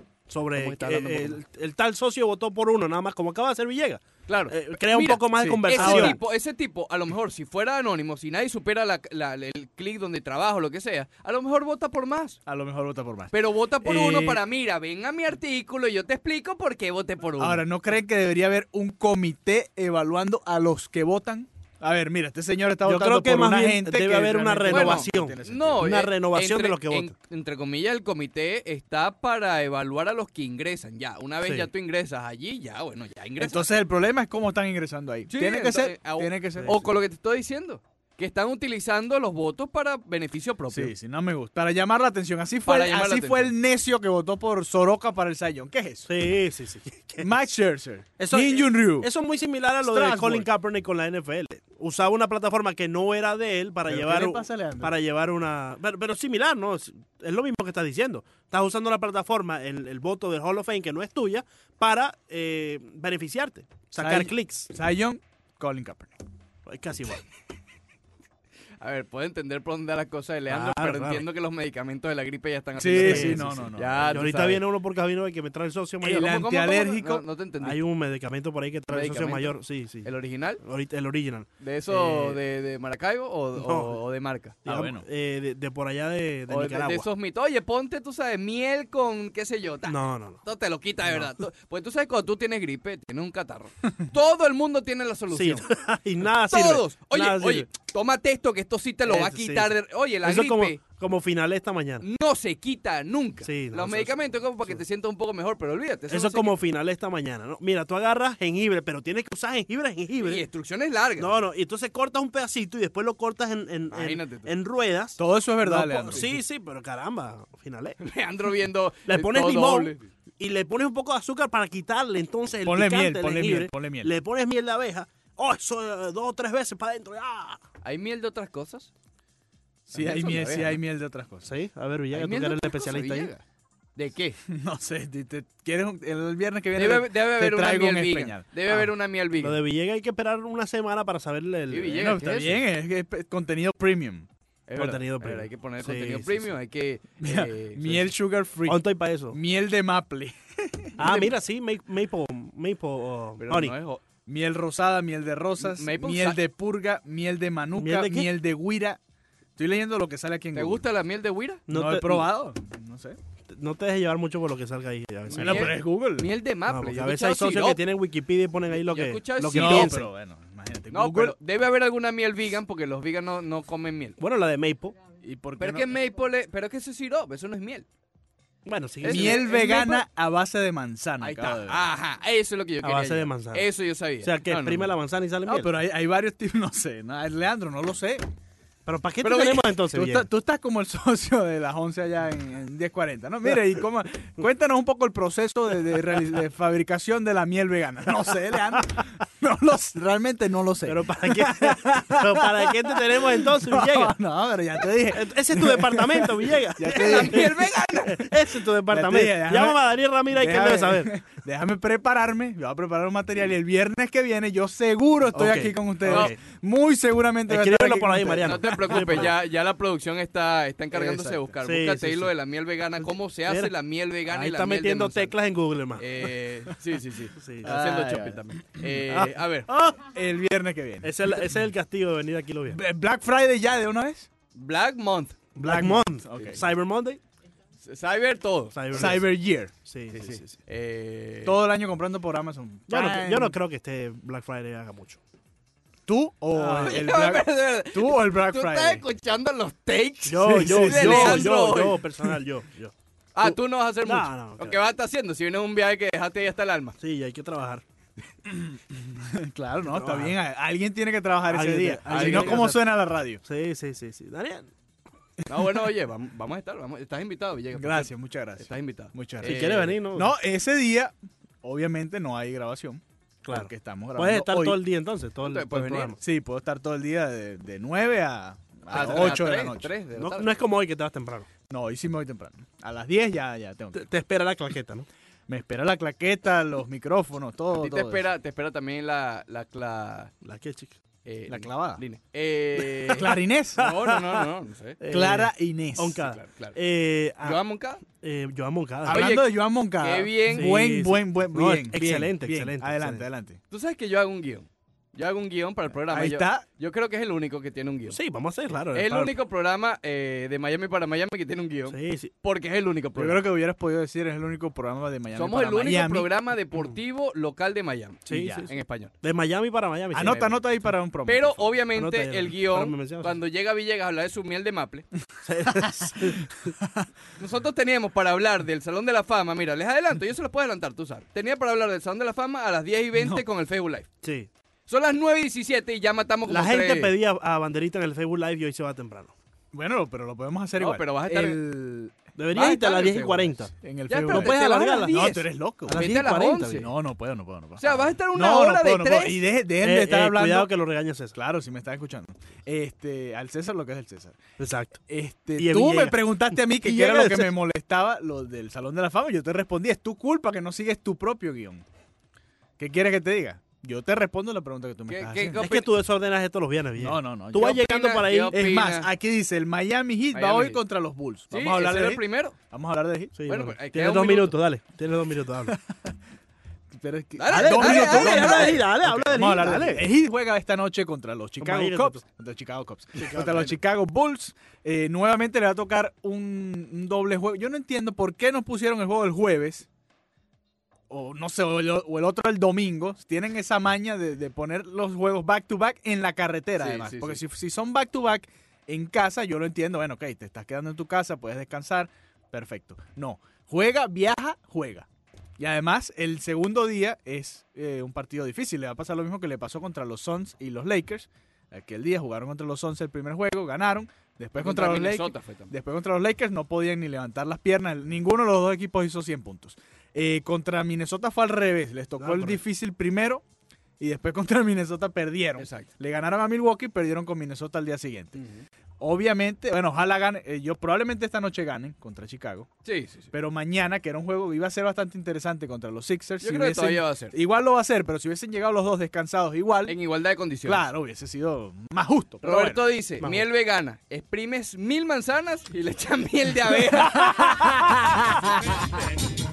B: Sobre
A: está
B: que el,
A: hablando un poco
B: el- el tal socio votó por uno, nada más, como acaba de hacer Villegas.
A: Claro.
B: Eh, crea un
A: Mira,
B: poco más
C: sí,
B: de
C: ese
A: Ese
B: conversación.
A: tipo, ese tipo, a lo mejor, si fuera anónimo, si nadie supera la- la- el clic donde trabaja o lo que sea, a lo mejor vota por más.
C: A lo mejor vota por más.
A: Pero vota por
B: Eh,
A: uno para, mira, ven a mi artículo y yo te explico por qué voté por uno.
C: Ahora, ¿no creen que debería haber un comité evaluando a los que votan? A ver, mira, este señor está
B: Yo creo
C: votando
B: que
C: por
B: más
C: una
B: bien
C: gente
B: debe
C: que
B: haber una
C: realmente-
B: renovación.
C: tiene sentido.
A: No,
B: Una
A: eh,
B: renovación de los que
A: en-
B: votan.
A: entre comillas, el comité está para evaluar a los que ingresan ya. Una vez
B: Sí.
A: ya tú ingresas allí, ya, bueno, ya ingresas.
C: Entonces el problema es cómo están ingresando ahí.
A: Sí,
C: tiene que
B: eh,
A: entonces,
C: ser,
A: ah, o-
C: tiene que ser.
A: O con lo que te estoy diciendo. que están utilizando los votos para beneficio propio.
C: Sí, sí, no me gusta. Para llamar la atención. Así fue,
A: Para llamar la
C: así fue
A: atención.
C: el necio que votó por Soroka para el Sayón. ¿Qué
B: [LAUGHS]
C: es eso?
B: Sí, sí, sí.
A: [LAUGHS]
C: Max Scherzer.
B: Eso-
C: Min Jun Ryu.
B: Eso es muy similar a lo de
C: Strasbourg.
B: Colin Kaepernick con la NFL. Usaba una plataforma que no era de él para
C: ¿Pero
B: llevar
C: qué le
B: un-
C: pasa, Leandro?
B: para llevar una pero, pero similar, ¿no? Es, es lo mismo que estás diciendo. Estás usando la plataforma, el, el voto del Hall of Fame que no es tuya para eh, beneficiarte, sacar
C: Sai-
B: clics.
C: Sayón, Colin Kaepernick.
B: Es casi igual.
A: A ver, puedo entender por dónde va la cosa de Leandro,
B: Claro,
A: pero
B: claro.
A: entiendo que los medicamentos de la gripe ya están
C: Sí,
A: haciendo-
C: sí,
B: sí,
C: no,
B: sí.
C: no, no.
A: Ya, Ah,
B: Y
A: tú
B: ahorita
A: sabes.
B: viene uno por camino que me trae el socio mayor.
C: El
A: ¿Cómo, cómo, cómo?
C: antialérgico.
A: No, no te entendí.
B: Hay un medicamento por ahí que trae el socio
A: Medicamento.
B: mayor. Sí, sí.
A: ¿El Ah, original?
B: Ahorita el original.
A: ¿De eso
B: Eh,
A: de, de Maracaibo o,
B: no.
A: o- o de marca?
C: Ah,
B: Digamos,
C: bueno.
B: eh, de, de por allá de, de
A: o Oh, de- de,
B: Nicaragua.
A: esos mitos. Oye, ponte, tú sabes, miel con qué sé yo. ta.
B: No, no, no.
A: Esto te lo quita, de
B: No.
A: verdad. Tú- Pues tú sabes, cuando tú tienes gripe, tienes un
B: [LAUGHS]
A: catarro. Todo el mundo tiene la
B: Sí,
A: solución.
B: [LAUGHS] y nada sirve.
A: Todos. Oye,
B: Nada sirve.
A: oye, tómate esto que esto sí te lo va a
B: Eso, sí,
A: quitar.
B: sí.
A: de- Oye, la
B: Eso
A: gripe
B: como, como final esta mañana.
A: no se quita nunca.
B: Sí, no,
A: Los
B: eso-
A: medicamentos como para que
B: sí.
A: te sientas un poco mejor, pero olvídate.
B: Eso
A: no
B: es
A: se
B: como final esta mañana, ¿no? Mira, tú agarras jengibre, pero tienes que usar jengibre,
A: quita. Y
B: jengibre.
A: instrucciones largas. [LAUGHS]
B: No, no, y entonces cortas un pedacito y después lo cortas en, en, en,
A: Imagínate tú.
B: en ruedas.
C: Todo eso es
B: No,
C: verdad,
B: po-
C: Leandro.
B: Sí, sí, pero caramba, finales.
A: Leandro viendo.
B: [LAUGHS] Le
A: eh,
B: pones
A: todo
B: limón
A: doble.
B: y le pones un poco de azúcar para quitarle entonces el
C: Ponle
B: picante
C: miel,
B: del
C: ponle
B: jengibre.
C: miel, ponle miel.
B: Le pones miel de abeja. Oh, eso eh, dos o tres veces para adentro. ¡Ah!
A: ¿Hay miel de otras cosas?
C: Sí,
A: También
C: hay
A: son de
C: miel, sí
A: abeja,
C: hay
A: ¿no?
C: miel de otras cosas.
B: Sí, a ver, Villegas,
A: ¿Hay
B: tú que
A: miel de
B: eres el
A: otras cosas,
B: especialista ahí.
A: Villegas? ¿De
B: [LAUGHS]
A: qué?
C: [LAUGHS] No sé, te- te- ¿quieres un- el viernes que viene?
A: Debe,
C: te-
A: debe
C: te
A: haber una
C: traigo
A: miel
C: un
A: vegan.
C: espeñal.
A: Debe
C: Ah,
A: haber una miel
B: Lo
A: vegan.
B: de Villegas hay que esperar una semana para saberle el,
A: Sí, Villegas.
C: No,
A: ¿qué
C: está
A: es eso?
C: bien, es, que es pe- contenido premium.
A: Es verdad,
B: contenido
A: es verdad,
B: premium.
A: Hay que poner
B: Sí,
A: contenido
B: sí,
A: premium,
B: sí.
A: hay
B: [LAUGHS]
A: que...
C: [LAUGHS] Mira,
A: eh,
C: miel sugar free.
B: ¿Cuánto hay para eso?
C: Miel de maple.
B: Ah, mira, sí, ma- maple, maple, uh,
A: pero
B: honey.
A: no es o-
C: Miel rosada, miel de rosas,
A: Maple
C: miel
A: si-
C: de purga, miel de manuca,
B: ¿Miel
C: miel
B: de
C: de,
B: qué?
C: guira. Estoy leyendo lo que sale aquí en
A: ¿Te
C: Google.
A: gusta la miel de huira?
C: No, he probado. No sé.
B: No te dejes llevar mucho por lo que salga ahí. A veces,
A: Bueno, pero es
C: Google.
A: Miel de
B: No,
A: maple.
B: Ah, porque
A: yo
B: a
A: he
B: veces hay
A: escuchado
B: socios que
A: sirope.
B: tienen Wikipedia y ponen ahí lo
A: Yo he
B: que,
A: escuchado
B: lo que
A: sirope.
C: no,
B: piensen.
C: pero bueno, imagínate.
A: No,
C: Google.
A: pero debe haber alguna miel vegan porque los vegan no, no comen miel.
B: Bueno, la de maple.
C: ¿Y por qué
A: Pero
C: no?
A: es que maple, es- pero es que eso es sirope, eso no es miel.
B: Bueno, sí.
A: Es
B: sí.
A: ¿es
C: miel vegana
A: maple?
C: a base de manzana.
A: Ahí
C: acabo de ver.
A: está. Ah, Ajá, eso es lo que yo
B: A
A: quería.
B: base de
A: yo.
B: manzana.
A: Eso yo sabía.
B: O sea, que
A: No, no,
B: exprime
A: no.
B: la manzana y sale
C: No,
B: miel. Pero,
C: pero hay, hay varios tipos, [LAUGHS] no sé. no, Leandro, no lo sé.
B: ¿para qué
C: Pero,
B: te
C: oye,
B: tenemos entonces?
C: Tú,
B: Villegas?
C: estás- tú estás como el [LAUGHS] socio de las 11 allá en, en 1040, ¿no? Mire, y cómo- cuéntanos un poco el proceso de, de reali- de fabricación de la miel vegana. No sé, Leandro. No lo sé, realmente no lo sé. [LAUGHS]
B: Pero
A: [LAUGHS]
B: ¿para qué, [LAUGHS] pero ¿para qué te tenemos entonces, Villegas?
C: no, pero ya te dije.
B: Ese es tu departamento, Villegas.
C: Ya te
A: La
C: dije.
A: miel vegana.
B: Ese es tu departamento.
C: déjame-
B: Llámame a Daniel Ramírez y que él debe saber.
C: déjame prepararme. Yo voy a preparar un material y el viernes que viene yo seguro estoy
B: Ok,
C: aquí con ustedes.
B: ok.
C: Muy seguramente. voy a estar
B: Escríbelo
C: aquí
B: por
C: con
B: ahí,
C: ustedes.
B: Mariano.
A: No te preocupes,
B: [LAUGHS]
A: ya, ya la producción está, está encargándose de
C: Exacto.
A: buscar.
B: Sí,
A: Búscate
B: sí,
A: ahí lo
B: sí.
A: de la miel vegana, cómo se hace
B: Mira,
A: la miel vegana
B: Ahí
A: y la
B: está
A: miel de
B: metiendo
A: manzana.
B: teclas en Google, hermano.
A: Eh, sí, sí, sí.
B: Sí. Ah.
A: Está haciendo
C: Ay,
A: shopping
C: ay.
A: también. Eh, a ver,
C: El viernes que viene.
B: Ese es, el- ese es el castigo de venir aquí los viernes.
C: B- Black Friday ya de una vez.
A: Black Month,
B: Black Month.
C: Ok.
B: Cyber Monday.
A: Cyber todo.
B: Cyber,
C: Cyber Year.
B: Sí, sí, sí. sí, sí.
A: Eh, [LAUGHS]
C: Todo el año comprando por Amazon. Ah,
B: Yo, no,
C: Prime.
B: yo no creo que este Black Friday haga mucho.
C: ¿Tú o
B: Ah.
C: el
A: Pero,
C: Black,
A: pero, pero,
C: ¿Tú o el Black
A: Tú estás
C: Friday?
A: escuchando los takes.
B: Yo,
C: Sí,
B: yo,
C: sí,
B: yo,
A: de
B: yo,
A: Leandro
B: yo,
A: hoy.
B: personal, yo, yo.
A: Ah, tú no vas a hacer
B: No,
A: mucho.
B: no,
A: Lo que
B: claro.
A: vas a estar haciendo, si vienes a un viaje que dejaste ahí hasta el alma.
B: Sí, hay que trabajar.
C: [LAUGHS] Claro, no, está
B: trabajar.
C: bien. a- Alguien tiene que trabajar
B: Ah.
C: ese
B: Alguien
C: día.
B: tiene-
C: Si
A: alguien
C: no,
A: tiene que
C: ¿cómo
B: hacer-
C: suena la radio?
B: Sí, sí, sí, sí. Daniel,
A: No, bueno, oye, vamos, vamos a estar. Vamos, estás invitado, Villegas. por
C: Gracias, muchas
A: cierto.
C: gracias.
A: Estás invitado.
C: Muchas
B: si
A: Eh,
C: gracias.
B: quieres venir, ¿no?
C: No, ese día, obviamente no hay grabación.
B: Claro.
C: Porque estamos grabando.
B: Puedes estar
C: hoy.
B: todo el día entonces, todo el,
A: Entonces,
B: todo el
A: puedes venir.
B: programa.
C: Sí, puedo estar todo el día de, de 9 a,
A: a-
C: a
A: a
C: 8 de la
A: tres,
C: noche.
A: tres de la
B: No,
A: tarde.
B: no es como hoy que te vas temprano.
C: No, hoy sí me voy temprano. A las 10 ya, ya tengo. que-
B: Te, te espera la claqueta, ¿no?
C: Me espera la claqueta, los micrófonos,
A: A
C: todo.
A: ti te
C: todo
A: espera, te espera también la. la, cla-
B: La que chica.
A: eh,
C: La
A: lin-
C: clavada.
A: lina.
C: [LAUGHS]
A: Eh,
B: [LAUGHS]
C: eso. Clarinés.
A: no, no, no, no, no, no sé.
B: Eh,
C: Clara Inés.
B: Oncada.
A: claro, claro.
B: Eh, ah,
A: Joan Moncada.
B: eh, Joan Moncada.
A: Ah, Oye,
C: Hablando de Joan Moncada.
A: qué bien.
B: Sí, sí.
C: Buen, buen, buen,
B: No,
C: bien,
B: ex-
C: bien,
B: excelente,
C: bien.
B: excelente,
C: Adelante,
B: excelente.
C: adelante.
A: Tú sabes que yo hago un guión. Yo hago un guión para el programa.
C: Ahí
A: yo,
C: está.
A: yo creo que es el único que tiene un guión.
B: Sí, vamos a hacer, claro.
A: es el
B: para-
A: único programa eh, de Miami para Miami que tiene un guión.
B: Sí, sí.
A: Porque es el único
C: Yo
A: programa.
C: creo que hubieras podido decir, es el único programa de Miami.
A: Somos
C: para
A: el único
C: Miami. [CLEARS THROAT]
A: programa deportivo local de Miami.
B: Sí,
A: Y ya,
B: sí, sí.
A: En español.
B: De Miami para Miami.
A: Ah,
B: sí.
C: Anota, anota ahí para un promo.
A: Pero
C: por favor.
A: obviamente
B: Anota ahí,
A: el
B: anota.
A: guión,
B: Pero me mencionas.
A: cuando llega Villegas a hablar de su miel de maple,
B: Sí.
A: nosotros teníamos para hablar del Salón de la Fama, mira, les adelanto, yo se los puedo adelantar, tú sabes. Tenía para hablar del Salón de la Fama a las 10 y 20 con el Facebook Live.
B: [LAUGHS] sí.
A: Son las 9 y 17 y ya matamos [LAUGHS] como
B: La gente
A: tres.
B: pedía a Banderita en el Facebook Live y hoy se va temprano.
C: Bueno, pero lo podemos hacer
A: No,
C: igual.
A: pero vas a estar-
C: El-
B: Deberías
A: Ah,
B: irte a
A: está
B: las
A: bien,
B: 10 y
A: seguro.
B: 40.
C: en el
A: Ya, pero
C: Facebook
B: No puedes
C: Live.
A: te vas a
B: alargarla.
A: las
B: No,
A: 10.
B: tú eres loco.
A: A las
B: Vete
A: 10 y
B: a las 40,
A: 11.
B: bien.
C: No, no puedo, no puedo, no puedo.
A: O sea, vas a estar una
C: No,
A: hora
C: no puedo,
A: de
C: no
A: tres.
C: puedo. Y dejen, dejen
B: Eh,
C: de estar
B: eh,
C: hablando.
B: Cuidado que lo regaña César.
C: Claro, si me están escuchando. Este, al César lo que es el César.
B: Exacto.
C: Este,
B: Y
C: tú
B: Villegas.
C: me preguntaste a mí
B: [LAUGHS]
C: que
B: Y
C: qué era lo
B: llega
C: que
B: ese-
C: me molestaba, lo del Salón de la Fama. y Yo te respondí, es tu culpa que no sigues tu propio guión. ¿Qué quieres que te diga? Yo te respondo la pregunta que tú me
A: ¿Qué-
C: estás
A: qué
C: haciendo.
A: opi-
B: Es que tú desordenas esto los viernes, bien.
C: No, no, no.
B: Tú
C: yo-
B: vas llegando
A: opinas?
B: para ahí.
A: ¿Qué
C: es más,
A: opinas?
C: aquí dice, el Miami Heat va
A: Miami
C: hoy
A: Heat.
C: contra los Bulls.
A: Sí,
C: Vamos a hablar
A: ese
C: del
A: era el
C: Heat.
A: primero.
C: Vamos a hablar del Heat.
B: Sí,
A: Bueno,
B: bueno,
A: pues, ahí queda
B: tienes
A: un
B: dos
A: minuto.
B: minutos, dale. Tienes dos
A: [LAUGHS]
B: minutos, habla.
C: Pero es que-
A: Dale,
C: Ah, Dale,
A: dale,
C: dos minutos,
A: dale,
C: dos minutos.
A: dale,
B: dale,
C: Ok,
B: habla del
C: vamos a
B: Heat,
C: hablar del
B: dale.
C: Heat. El Heat juega esta noche contra los Chicago
B: Imagínate,
C: Cubs.
B: pues.
C: Contra los Chicago Cubs. Contra los Chicago Bulls. Eh, nuevamente le va a tocar un, un doble juego. Yo no entiendo por qué nos pusieron el juego el jueves. O no sé, o el, o el otro el domingo. Tienen esa maña de, de poner los juegos back to back en la carretera,
A: Sí,
C: además.
A: sí,
C: Porque
A: sí.
C: Si, si son back to back en casa, yo lo entiendo. Bueno, ok, te estás quedando en tu casa, puedes descansar. Perfecto. No. Juega, viaja, juega. Y además, el segundo día es eh, un partido difícil. Le va a pasar lo mismo que le pasó contra los Suns y los Lakers. Aquel día jugaron contra los Suns el primer juego, ganaron. Después contra, los Lakers.
A: Minnesota fue también.
C: Después contra los Lakers no podían ni levantar las piernas. Ninguno de los dos equipos hizo 100 puntos. Eh, contra Minnesota fue al revés. Les tocó
B: Ah,
C: el
B: correcto.
C: difícil primero y después contra [LAUGHS] Minnesota perdieron.
A: Exacto.
C: Le ganaron a Milwaukee y perdieron con Minnesota al día siguiente. Obviamente, bueno, ojalá gane. eh, yo probablemente esta noche ganen contra Chicago.
A: Sí, sí, sí.
C: Pero mañana, que era un juego que iba a ser bastante interesante contra los Sixers.
A: Yo
C: si
A: creo que
C: hubiesen-
A: todavía va a ser.
C: Igual lo va a ser, pero si hubiesen llegado los dos descansados igual,
A: En igualdad de condiciones.
C: claro, hubiese sido más justo. Pero
A: Roberto
C: bueno.
A: dice,
B: vamos.
A: miel vegana, exprimes mil manzanas y le echas miel de abeja.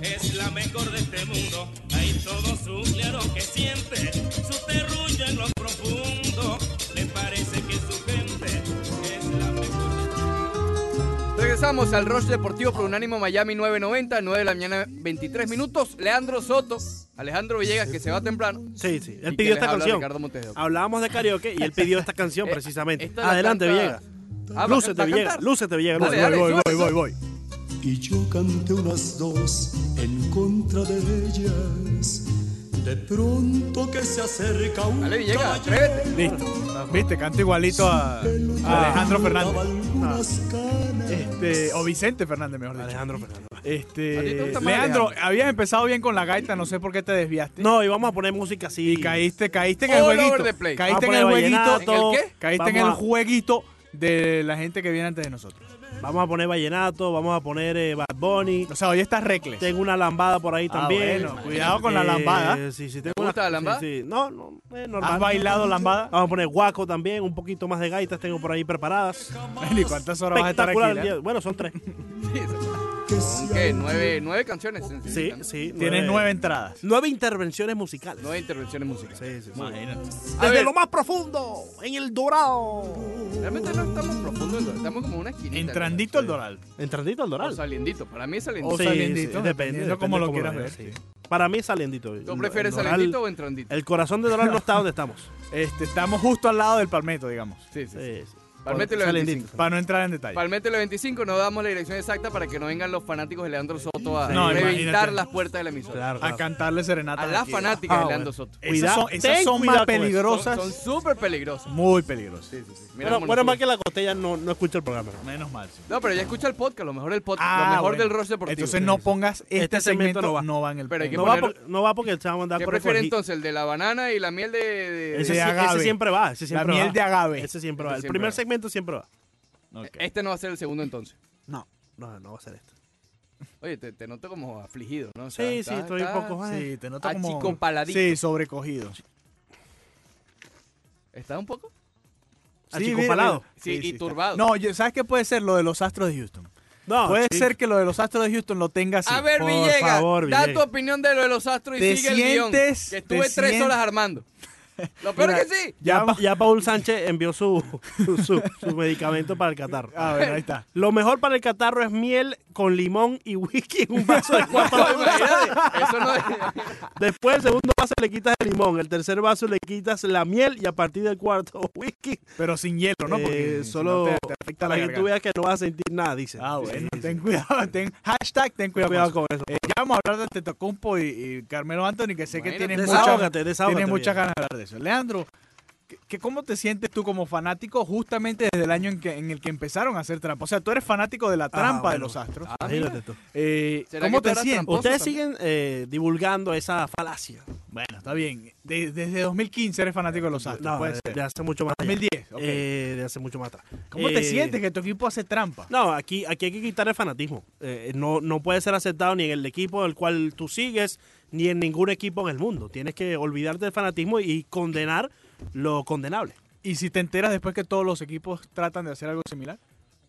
D: es la mejor de este mundo. Hay todo su claro que siente, su terruño en lo profundo. Le parece que su gente es la mejor.
A: Regresamos al Rush Deportivo por Unánimo Miami 990, 9 de la mañana 23 minutos. Leandro Soto, Alejandro Villegas que se va temprano.
B: Sí, sí.
A: ¿Y
B: Él
A: qué
B: pidió
A: les
B: esta
A: habla
B: canción.
A: Ricardo Montes de Oca?
B: Hablábamos de karaoke
A: [LAUGHS]
B: y él pidió esta canción precisamente.
A: esta la
B: Adelante,
A: canta-
B: Villegas.
A: Ah, ¿va- va
B: Lúcete,
A: a
B: Villegas.
A: cantar?
B: Lúcete, Villegas.
A: Dale,
B: lúcete.
A: dale,
B: Voy,
A: súbale,
B: voy, voy, voy.
E: y yo canté unas dos en contra de ellas. De pronto que se acerca un
A: Dale, Villegas,
E: caballero,
A: atrévete. [LAUGHS]
C: Listo. Viste, canto igualito a, a Alejandro
E: daba
C: Fernández. Ah.
E: algunas canas.
C: Este, o Vicente Fernández, mejor dicho.
B: Alejandro Fernández.
A: ¿A ti te
C: Este,
A: gusta más
C: Leandro,
A: Alejandro?
C: habías empezado bien con la gaita, no sé por qué te desviaste.
B: No, y vamos a poner música así.
C: Y caíste, caíste en el
A: All
C: jueguito.
A: over the place.
C: Caíste en
B: Vamos a
C: el
B: poner
C: jueguito.
A: vallenato. ¿En el qué?
C: Caíste en
B: Vamos
C: el
B: a-
C: jueguito de la gente que viene antes de nosotros.
B: Vamos a poner vallenato, vamos a poner eh, Bad Bunny.
C: O sea, hoy estás reckless.
B: Tengo una lambada por ahí
C: Ah,
B: también.
C: bueno, cuidado con la lambada.
B: Eh, sí, sí, tengo
A: ¿Te gusta la
B: una-
A: lambada?
B: Sí, sí. No, no, es normal.
C: ¿Has bailado lambada?
B: Vamos a poner guaco también, un poquito más de gaitas tengo por ahí preparadas.
C: Bueno, ¿Y cuántas horas vas a estar aquí?
B: Espectacular el
C: Leandro?
B: día. Bueno, son tres.
A: Sí, se-
E: Que se
A: ¿Qué? Nueve, nueve canciones.
B: Sí,
A: necesitan.
B: sí.
C: Tienes nueve entradas.
B: Nueve intervenciones musicales.
A: Nueve intervenciones musicales.
B: Sí, sí, sí.
A: A
B: Desde
A: ver.
B: lo más profundo, en el dorado.
A: Realmente no estamos profundos, en Dorado, estamos como en una esquinita.
C: Entrandito al Doral.
B: Entrandito al
A: ¿no? O
B: dorado.
A: saliendito, para mí es saliendito.
C: O saliendito, dependiendo cómo lo quieras
B: veas,
C: ver, sí.
B: Para mí es saliendito.
A: ¿Tú prefieres
B: El Doral-
A: saliendito o entrandito?
B: El corazón de Doral no está donde estamos.
C: Este, estamos justo al lado del Palmetto, digamos.
A: Sí, sí. sí.
B: Sí, sí.
A: Palmetto y la
B: Saliendito.
A: 25.
C: Para no entrar en detalle.
A: Palmetto y la 25, no damos la dirección exacta para que no vengan los fanáticos de Leandro Soto a
C: No,
A: reventar
C: imagínate.
A: las puertas de la emisora.
B: Claro,
C: a
B: claro.
C: cantarle serenata.
A: A las fanáticas
B: Ah,
A: de Leandro
B: bueno.
A: Soto.
C: Esas son,
B: Cuidado,
C: esas
B: ten
C: son
B: cuidado
C: más
B: con eso.
A: Son-
C: peligrosas.
A: Son súper peligrosas.
C: Muy peligrosas.
A: Mira
B: Bueno,
A: cómo
B: bueno,
A: nos-
B: más que la costella no, no escucha el programa.
C: Menos mal. sí.
A: No, pero ya escucha el podcast, lo mejor del podcast,
C: Ah,
A: lo mejor
C: bueno.
A: del Roche Deportivo.
C: Entonces no pongas este,
B: Este segmento
C: segmento,
B: no va.
C: no va en el
A: Pero hay que
B: No,
C: no,
B: va
A: poner-
B: por- no va porque se va a mandar
A: ¿Qué
B: por el
A: prefiere
B: colegio.
A: entonces, el de la banana y la miel de...? de-
B: Ese, sí-
C: De agave.
B: ese siempre va, ese siempre
C: miel
B: va.
C: de agave.
B: Ese siempre va.
A: Ese
B: El
A: siempre
B: primer
A: va.
B: segmento siempre va.
C: Ok.
A: Este no va a ser el segundo entonces.
B: No, no, no va a ser este.
A: Oye, te, te noto como afligido, ¿no? O
B: Sí,
A: sea,
B: sí,
A: estás-
B: estoy un
A: estás-
B: poco. eh.
C: Sí,
B: ay,
C: te noto como...
A: Achicompaladito.
C: Sí, sobrecogido.
A: ¿Estás un poco?
B: Achicopalado.
A: Sí, y
C: está.
A: turbado.
C: No, yo- ¿sabes qué puede ser? Lo de los Astros de Houston.
B: No,
C: puede
B: chico.
C: ser que lo de los Astros de Houston lo tengas
A: a ver,
B: por
A: Villegas,
B: favor,
A: da tu
B: Villegas.
A: opinión de lo de los astros y
C: ¿Te
A: sigue el guión. Que
C: sientes-
A: estuve tres
C: te sientes-
A: horas
B: [LAUGHS]
A: armando. Lo peor es que sí. [LAUGHS]
B: Ya,
C: Ya va-
B: Pa- ya Paul Sánchez envió su, su, su medicamento para el catarro.
C: A ver, Ah, ahí está.
B: Lo mejor para el catarro es miel con limón y whisky en un
A: [LAUGHS]
B: vaso de cuatro
A: Imagínate, Eso no es...
B: Después del segundo vaso le quitas el limón, el tercer vaso le quitas la miel y a partir del cuarto [LAUGHS] whisky.
C: Pero sin hielo, ¿no? Porque
B: Eh,
C: si
B: solo
C: no te, te afecta la
B: para que tú
C: garganta.
B: veas que no vas a sentir nada, dice.
C: Ah, bueno,
B: Sí, sí,
C: ten
B: sí.
C: cuidado, ten, hashtag ten cuidado,
B: Cuidado
C: con
B: con eso.
C: eso. Eh, ya vamos a hablar de Tetocumpo y, y Carmelo Anthony, que sé que
A: Bueno, pues,
C: tienes, muchas
B: Desahógate, desahógate.
C: tienes muchas
B: bien.
C: ganas de hablar de eso. Palacio. Leandro, ¿qué- qué- ¿cómo te sientes tú como fanático justamente desde el año en, que, en el que empezaron a hacer trampa? O sea, tú eres fanático de la trampa de
B: Ah, bueno. Ah.
C: los astros.
B: Imagínate tú.
C: Eh,
A: ¿Será
C: ¿Cómo
A: que tú
C: te
A: eras
C: sientes?
A: tramposo?
B: Ustedes
A: también.
B: siguen eh, divulgando esa falacia.
C: Bueno, está bien. De- desde 2015 eres fanático de los astros.
B: No,
C: puede
B: de,
C: ser.
B: de hace mucho más allá.
C: 2010. ok.
B: Eh, de hace mucho más atrás.
C: ¿Cómo te
B: Eh,
C: sientes que tu equipo hace trampa?
B: No, aquí, aquí hay que quitar el fanatismo. Eh, no, no puede ser aceptado ni en el equipo del cual tú sigues, ni en ningún equipo en el mundo. Tienes que olvidarte del fanatismo y condenar lo condenable.
C: ¿Y si te enteras después que todos los equipos tratan de hacer algo similar?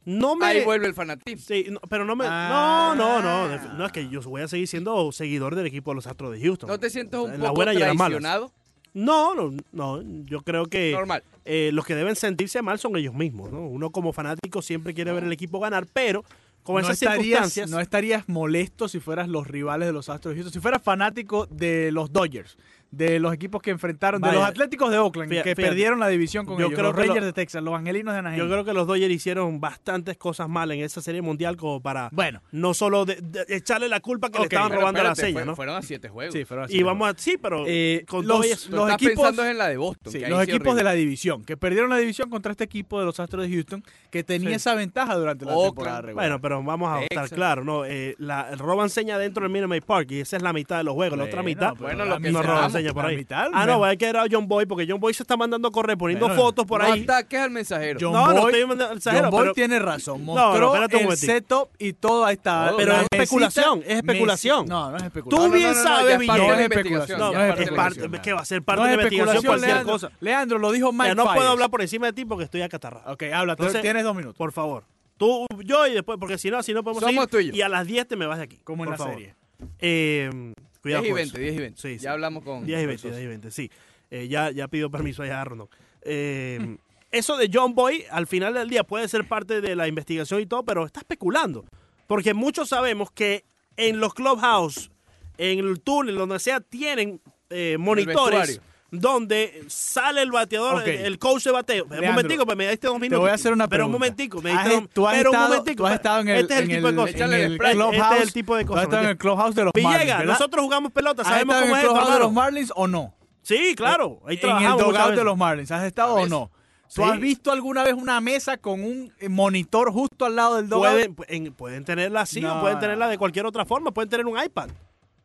B: No me...
A: Ahí vuelve el fanatismo.
B: Sí, no, pero no me...
C: Ah.
B: No, no, no. def- No, es que yo voy a seguir siendo seguidor del equipo de los Astros de Houston.
A: ¿No te sientes un
B: En la
A: poco
B: buena y en las malas.
A: traicionado?
B: No, no, no, yo creo que
A: Normal.
B: eh, los que deben sentirse mal son ellos mismos, ¿no? Uno como fanático siempre quiere ver el equipo ganar, pero con
C: no
B: esas
C: estarías,
B: circunstancias...
C: no estarías molesto si fueras los rivales de los Astros de Houston, si fueras fanático de los Dodgers, de los equipos que enfrentaron, de
B: Vaya.
C: los Atléticos de Oakland,
B: Fía-
C: que
B: fíjate.
C: perdieron la división con
B: Yo
C: ellos,
B: creo
C: los
B: que lo-
C: Rangers de Texas, los Angelinos de Anaheim.
B: yo creo que los Dodgers hicieron bastantes cosas mal en esa serie mundial como para
C: Bueno,
B: no solo de- de- echarle la culpa que
C: Ok,
B: le estaban
A: Pero
B: robando
A: espérate,
B: la seña,
A: fue-
B: ¿no?
A: Fueron a siete juegos.
C: sí, fueron así.
B: y vamos a... Sí, pero
C: Eh,
B: con
C: los-
B: todo y eso-
A: Tú
C: los
A: estás
C: equipos-
A: pensando en la de Boston.
C: Sí,
A: que ahí
C: los
A: sí
C: equipos
A: horrible.
C: de la división, que perdieron la división contra este equipo de los Astros de Houston, que tenía
B: Sí.
C: esa ventaja durante la
A: Oakland.
C: temporada regular.
B: Bueno, pero vamos a estar
A: Texas.
B: claro, ¿no? Eh, la, roban seña dentro del Minute Maid Park y esa es la mitad de los juegos, la otra
C: Bueno,
B: mitad...
C: pero
A: Bueno,
C: la
A: lo que
B: no
C: mitad-
B: roban
A: seamos,
B: seña por
C: la
B: ahí.
C: mitad,
B: ah, no,
C: bueno.
B: hay que era John Boy porque John Boy se está mandando a correr poniendo
C: Bueno,
B: fotos por
A: No
B: ahí.
A: ataques al mensajero.
C: John
B: no, no
C: Boy-
B: estoy mandando-
C: John
B: exagero,
C: Boy
B: pero-
C: tiene razón.
B: No, no,
C: Mostró
B: espérate un
C: el
B: momentico.
C: setup y todo ahí está.
A: Todo,
C: Pero
A: la
C: es
B: mesita-
C: especulación, es
B: mesi-
C: especulación. No, no es especulación.
A: No,
B: Tú
A: no,
B: bien
A: no, no,
B: sabes,
A: ya es parte
B: Villero.
A: de la
C: No,
A: investigación,
B: No,
A: ya
C: es
A: parte de la
B: es
C: especulación.
B: parte, que va a ser parte
C: No
B: de
C: es
B: la investigación
C: especulación,
B: cualquier
C: Leandro.
B: cosa.
C: Leandro, lo dijo Mike
B: Ya no puedo
C: Fires.
B: hablar por encima de ti porque estoy acatarrado.
C: Ok, habla. tú
B: Entonces-
C: tienes dos minutos.
B: Por favor. Tú, yo y después, porque si no, así no podemos
A: Somos
B: seguir.
A: tú y yo.
B: a las 10 te me vas de aquí.
C: Como en
B: por
C: la
B: favor.
C: serie.
B: Eh, cuidado
A: 10 y
B: con
A: 20,
B: eso.
A: 10 y 20.
B: Sí, sí.
A: Ya hablamos con...
B: 10 y 20, 10 y 20, sí. Eh, ya, ya pidió permiso allá a Ronald.
C: [LAUGHS]
B: Eh, eso de John Boy, al final del día, puede ser parte de la investigación y todo, pero está especulando. Porque muchos sabemos que en los clubhouse, en el túnel, donde sea, tienen eh, monitores
A: vestuario.
B: donde sale el bateador,
C: Ok.
B: el, el coach de bateo.
C: Leandro,
B: un momentico, pues me diste dos minutos.
C: Te voy a hacer una
B: Pero un
C: pregunta.
B: momentico, me diste
C: Has-
B: dos-
C: tú has
B: pero
C: estado,
B: un momentico.
C: tú has estado en el,
B: este es el
C: en
B: tipo de cosas.
C: en el
A: Échale el spray.
C: clubhouse.
B: Este es el tipo de
C: tú has
B: cosas,
C: estado en el clubhouse de los Marlins,
B: Villegas,
C: ¿verdad?
B: nosotros jugamos pelota,
C: ¿Has
B: sabemos
C: estado
B: cómo es
C: en el
B: esto,
C: clubhouse de los
B: hermano.
C: Marlins o no?
B: Sí, claro. Ahí
C: Eh, en el
B: trabajamos muchas
C: dugout de
B: veces.
C: los Marlins, ¿has estado o
A: veces.
C: no? ¿Tú
B: Sí.
C: has visto alguna vez una mesa con un eh, monitor justo al lado del
B: Pueden,
C: dugout?
B: en- pueden tenerla así
C: No,
B: o pueden
C: no.
B: tenerla de cualquier otra forma. Pueden tener un iPad.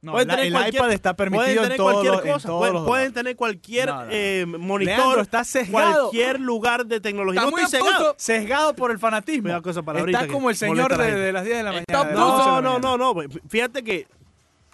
C: No,
B: pueden
C: la-
B: tener
C: el
B: cualquier-
C: iPad está
B: pueden
C: permitido
B: tener
C: en todos
B: cualquier
C: los, en
B: cosa.
C: todos
B: Pueden,
C: los
B: pueden tener cualquier
C: No, no, no.
B: eh, monitor.
C: Leandro, está sesgado.
B: Cualquier lugar de tecnología.
A: Está
B: No
A: muy
B: estoy
A: a punto.
B: cegado.
C: sesgado por el fanatismo.
B: Cuidado con esa palabrita
C: Está
B: que
C: como el señor
B: molesta a la
C: de,
B: gente.
C: de las 10 de la mañana.
A: Está
C: de las 12 de
B: No,
C: la
B: no,
C: mañana.
B: no, no. Fíjate que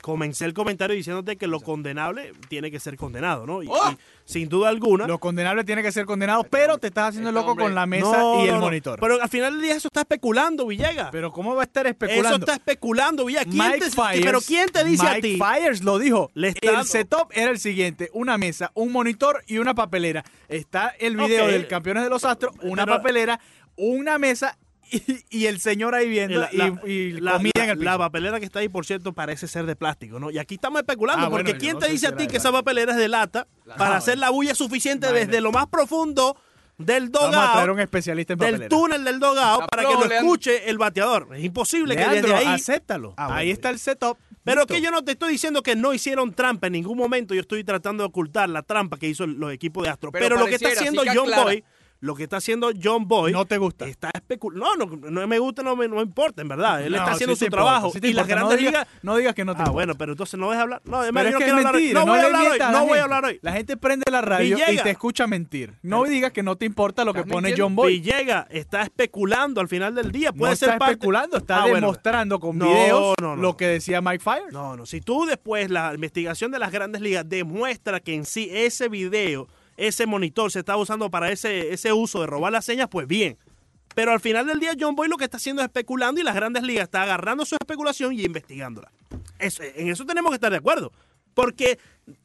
B: comencé el comentario diciéndote que lo condenable tiene que ser condenado, ¿no? Y,
A: ¡Oh!
B: y sin duda alguna.
C: Lo condenable tiene que ser condenado, pero te estás haciendo
A: este
C: loco
A: hombre-
C: con la mesa
B: No,
C: y el
B: no, no.
C: monitor. Pero,
B: Pero al final del día eso está especulando, Villegas.
C: ¿cómo va a estar
B: Eso
C: especulando?
B: está especulando, Villegas. ¿Quién
C: Mike
B: te-
C: Fires,
B: pero ¿quién te dice a
C: Mike
B: ti?
C: Fires lo dijo.
B: Le está
C: el
B: dando-
C: setup era el siguiente: una mesa, un monitor y una papelera. Está el video
B: Ok.
C: del campeones de los astros, una
B: Pero-
C: papelera, una mesa y, y el señor ahí viendo
B: La-
C: y,
B: la-
C: y
B: la-
C: comida
B: la-
C: en el piso.
B: la papelera que está ahí, por cierto, parece ser de plástico, ¿no? Y aquí estamos especulando,
C: Ah,
B: porque
C: bueno, yo
B: ¿quién
C: no
B: te
C: sé
B: dice
C: si
B: a ti
C: era
B: que
C: de
B: esa papelera es de lata para
C: Ah,
B: hacer la bulla suficiente
C: Imagínate.
B: desde lo más profundo del
C: Vamos a traer
B: dogout,
C: un especialista en papelera.
B: del túnel del dogout,
A: Aplausos,
B: para que lo
A: Leandro.
B: escuche el bateador. Es imposible que
C: Leandro,
B: desde ahí...
C: acéptalo.
B: Ah, bueno,
C: ahí
B: bien.
C: está el setup.
B: Pero
C: Listo.
B: que yo no te estoy diciendo que no hicieron trampa en ningún momento. Yo estoy tratando de ocultar la trampa que hizo el- los equipos de Astro.
A: Pero
B: Pero, lo que está
A: pareciera,
B: haciendo
A: así que
B: John
A: aclara.
B: Boy, lo que está haciendo John Boy,
C: No te gusta.
B: Está especulando. No, no, no me gusta, no me no me importa, en verdad. Él
C: No,
B: está haciendo
C: sí
B: su
C: te importa,
B: trabajo.
C: sí te
B: y las
C: importa.
B: grandes
C: no digas,
B: ligas.
C: No digas que no te
B: Ah,
C: importa.
B: bueno, pero entonces no dejes hablar. No, además, yo
C: Pero es
B: no
C: que es
B: quiero hablar hoy.
C: mentira.
B: No voy a
C: le
B: hablar hoy.
C: mientas a la
B: No voy a
C: gente.
B: hablar hoy.
C: La gente prende la radio y
B: Villegas.
C: te escucha mentir. No digas que no te importa lo que
A: ¿Estás
C: pone
A: mintiendo?
C: John Boy.
B: Villegas está especulando al final del día.
C: No
B: Puede ser
C: está
B: parte-
C: especulando, está
B: Ah, bueno.
C: demostrando con
B: No,
C: videos
B: no, no.
C: lo que decía Mike Fires.
B: No, no. Si tú después la investigación de las grandes ligas demuestra que en sí ese video, ese monitor se está usando para ese, ese uso de robar las señas, pues bien. Pero al final del día John Boy lo que está haciendo es especulando y las grandes ligas está agarrando su especulación y investigándola. Eso- en eso tenemos que estar de acuerdo. Porque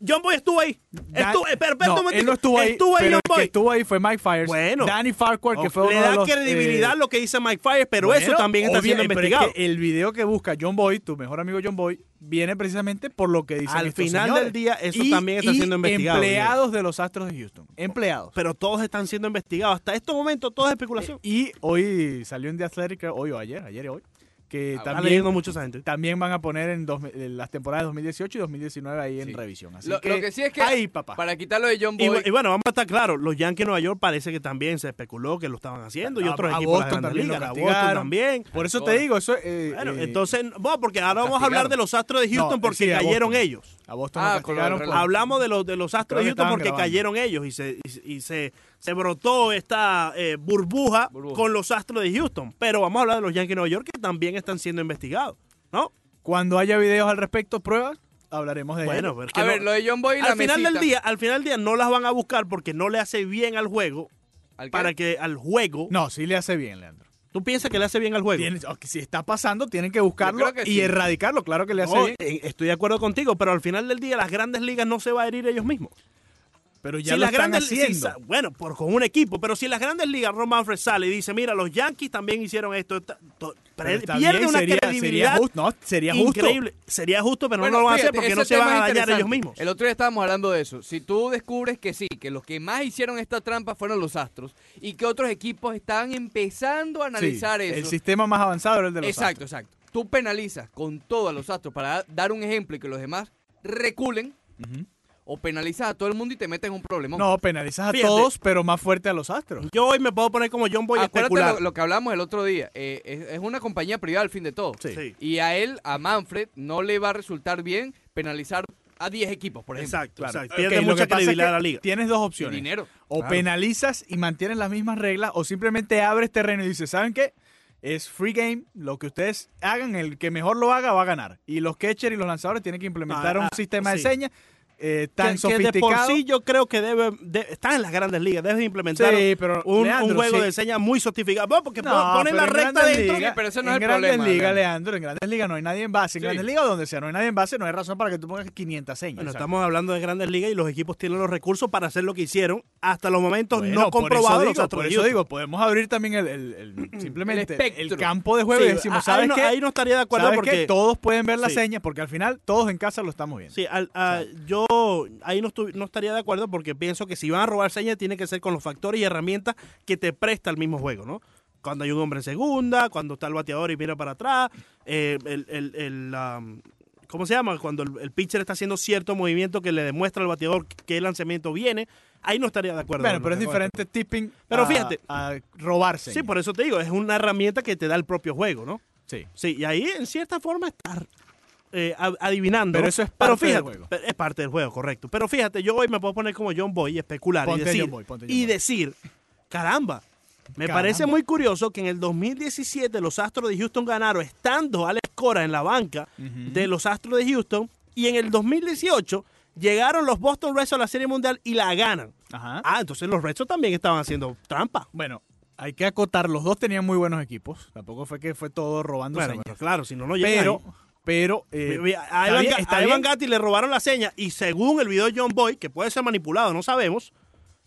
B: John Boy estuvo ahí.
C: Dan-
B: Estuvo, espera, espera
C: no,
B: un
C: él
B: momentico.
C: no estuvo ahí, pero
B: John
C: el que
B: Boy.
C: estuvo ahí fue Mike Fires.
B: Bueno.
C: Danny Farquhar, que fue
B: Le
C: uno de
B: da
C: los,
B: credibilidad
C: eh,
B: lo que dice Mike Fires, pero eso
C: Bueno,
B: también está
C: obvia-
B: siendo
C: pero es
B: investigado.
C: que eh, el video que busca John Boy, tu mejor amigo John Boy, viene precisamente por lo que dice
B: Al final del día, eso también está siendo investigado,
C: Empleados de los Astros de Houston. Empleados.
B: pero todos están siendo investigados. Hasta este momento todo es especulación.
C: Y hoy salió en The Athletic, creo, hoy o ayer, ayer y hoy, que
A: Ah,
B: Está
C: también,
B: leyendo mucho esa gente.
C: también van a poner en, dos- en las temporadas 2018 y 2019 ahí en
A: Sí.
C: revisión. Así
A: Lo lo
C: que,
A: que, sí es que,
C: ahí, papá.
A: para quitarlo de John
B: Y,
A: Boy,
B: bu- y bueno, vamos a estar claros, los Yankees de Nueva York parece que también se especuló que lo estaban haciendo y
C: A-
B: otros
C: a
B: equipos de las
C: Ah, Boston
B: grandes
C: también lo
B: ligas, a Boston
C: castigaron.
B: también.
C: Por eso te
A: Ahora.
C: digo, eso eh,
B: Bueno,
C: eh,
B: entonces, bueno, porque ahora vamos a hablar
A: castigaron.
B: de los Astros de Houston
C: No, eh,
B: porque
C: sí, a
B: cayeron
C: Boston.
B: ellos.
C: a Boston
A: Ah,
C: lo
A: con lo del
C: castigaron
A: reloj.
C: por-
B: Hablamos de los de los Astros
C: Creo
B: de
C: que
B: Houston
C: estaban
B: porque
C: grabando.
B: cayeron ellos y se y, y se, se brotó esta eh, burbuja,
A: Burbuja.
B: con los Astros de Houston, pero vamos a hablar de los Yankees de Nueva York que también están siendo investigados, ¿no?
C: Cuando haya videos al respecto, pruebas, hablaremos de
B: Bueno, pues. pero
C: ello.
B: es que
A: a
B: no-
A: ver, lo de John Boy y la
B: al final
A: mesita.
B: del día, al final del día no las van a buscar porque no le hace bien al juego
A: ¿Al qué?
B: para que al juego.
C: No, sí le hace bien, Leandro.
B: ¿Tú piensas que le hace bien al juego?
C: Tienen- o que si está pasando, tienen que buscarlo
A: Yo creo que
C: y
A: sí.
C: erradicarlo. Claro que le hace
B: No,
C: bien.
B: eh, estoy de acuerdo contigo, pero al final del día las grandes ligas no se va a herir ellos mismos.
C: Pero ya
B: si
C: lo
B: las
C: están
B: grandes si
C: haciendo.
B: sa- bueno, por con un equipo, pero si las grandes ligas Ron Manfred sale y dice, mira, los Yankees también hicieron esto, esta- to-
C: Pero
B: pre-
C: está
B: pierde
C: bien,
B: una
C: sería-
B: credibilidad
C: Sería justo, no, sería justo.
B: increíble. Sería justo, pero
A: Bueno,
B: no lo van a
A: fíjate,
B: hacer porque
A: ese
B: no se
A: tema
B: van a
A: es
B: dañar
A: interesante.
B: ellos mismos.
A: El otro día estábamos hablando de eso. Si tú descubres que sí, que los que más hicieron esta trampa fueron los Astros y que otros equipos estaban empezando a
C: Sí,
A: analizar eso.
C: El sistema más avanzado era el de los
A: exacto,
C: Astros.
A: exacto. Tú penalizas con todos los Astros para dar un ejemplo y que los demás reculen
C: Ujú.
A: o penalizas a todo el mundo y te metes en un problema.
C: No, penalizas a
B: Fíjate.
C: todos, pero más fuerte a los Astros.
B: Yo hoy me puedo poner como John Boy a
A: Acuérdate
B: especular.
A: lo, lo que hablamos el otro día. eh, es, es una compañía privada al fin de todo.
C: Sí.
B: Sí.
A: Y a él, a Manfred, no le va a resultar bien penalizar a 10 equipos, por ejemplo.
B: Exacto,
C: Claro.
B: exacto.
C: Ok,
B: Pierde
C: lo que
B: mucha
C: pasa es
B: credibilidad
C: que
B: a la liga.
C: Tienes dos
A: Y
C: opciones.
A: dinero.
C: O
B: Claro.
C: penalizas y mantienes las mismas reglas, o simplemente abres terreno y dices, ¿saben qué? Es free game, lo que ustedes hagan, el que mejor lo haga va a ganar. Y los catchers y los lanzadores tienen que implementar
B: Ah,
C: un
B: ah,
C: sistema de
B: sí.
C: señas eh, tan
B: que, que de por
C: sofisticado.
B: sí yo creo que debe, de- están en las grandes ligas, deben implementar
C: Sí, pero,
B: un, un
C: Leandro,
B: juego
C: sí.
B: de señas muy sofisticado. Bueno, porque
C: No,
B: pon- ponen
C: pero
B: la
C: en
B: recta
C: Grandes
B: dentro.
C: Ligas-
A: Sí, pero ese no es
C: en
A: el
C: Grandes
A: problema,
C: Ligas,
A: Leandro.
C: Leandro, en Grandes Ligas no hay nadie en base. En
A: Sí.
C: Grandes Ligas donde sea no hay nadie en base, no hay razón para que tú pongas 500 señas.
B: Bueno,
C: O sea,
B: estamos hablando de grandes ligas y los equipos tienen los recursos para hacer lo que hicieron hasta los momentos
C: bueno,
B: no
C: por eso
B: comprobados. de los
C: digo,
B: Astros
C: Por
B: de
C: eso
B: Houston.
C: digo, podemos abrir también el, el- el- simplemente
A: El
C: el,
A: espectro.
C: campo de juego y
B: Sí,
C: decimos,
B: a- ahí
C: ¿sabes
B: no-
C: qué?
B: Ahí no estaría de acuerdo
C: ¿Sabes
B: porque.
C: qué? Todos pueden ver las
B: Sí.
C: señas porque al final todos en casa lo estamos viendo.
B: Sí, al- a- yo ahí no, estu- no estaría de acuerdo porque pienso que si van a robar señas tiene que ser con los factores y herramientas que te presta el mismo juego, ¿no? Cuando hay un hombre en segunda, cuando está el bateador y mira para atrás, eh, el, el- el, am, ¿cómo se llama? Cuando el, el pitcher está haciendo cierto movimiento que le demuestra al bateador qué lanzamiento viene, ahí no estaría de acuerdo.
C: Bueno,
B: Leandro,
C: pero es
B: con esto.
C: diferente tipping
B: Pero
C: a-
B: fíjate.
C: a robarse.
B: Sí, por eso te digo, es una herramienta que te da el propio juego, ¿no?
C: Sí.
B: Sí, y ahí en cierta forma estar eh, a- adivinando.
C: Pero
B: ¿no?
C: eso es parte
B: fíjate,
C: del juego.
B: pero Es parte del juego, correcto. Pero fíjate, yo hoy me puedo poner como John Boy y especular
C: Ponte
B: y decir,
C: John Boy, ponte John
B: y
C: Boy.
B: decir, caramba, me
C: Caramba.
B: parece muy curioso que en el 2017 los Astros de Houston ganaron estando Alex Cora en la banca de los Astros de Houston y en el 2018 llegaron los Boston Red Sox a la Serie Mundial y la ganan.
C: Ajá.
B: Ah, entonces los Red Sox también estaban haciendo trampa.
C: Bueno, hay que acotar, los dos tenían muy buenos equipos. Tampoco fue que fue todo robando
B: Bueno,
C: señas.
B: pero claro, si no, no llegan
C: pero,
B: ahí.
C: pero, eh,
B: Vi- vi- A
C: está
B: Evan,
C: bien,
B: Ga-
C: está
B: a Evan
C: bien.
B: Gatti le robaron la seña y según el video de John Boy, que puede ser manipulado, no sabemos,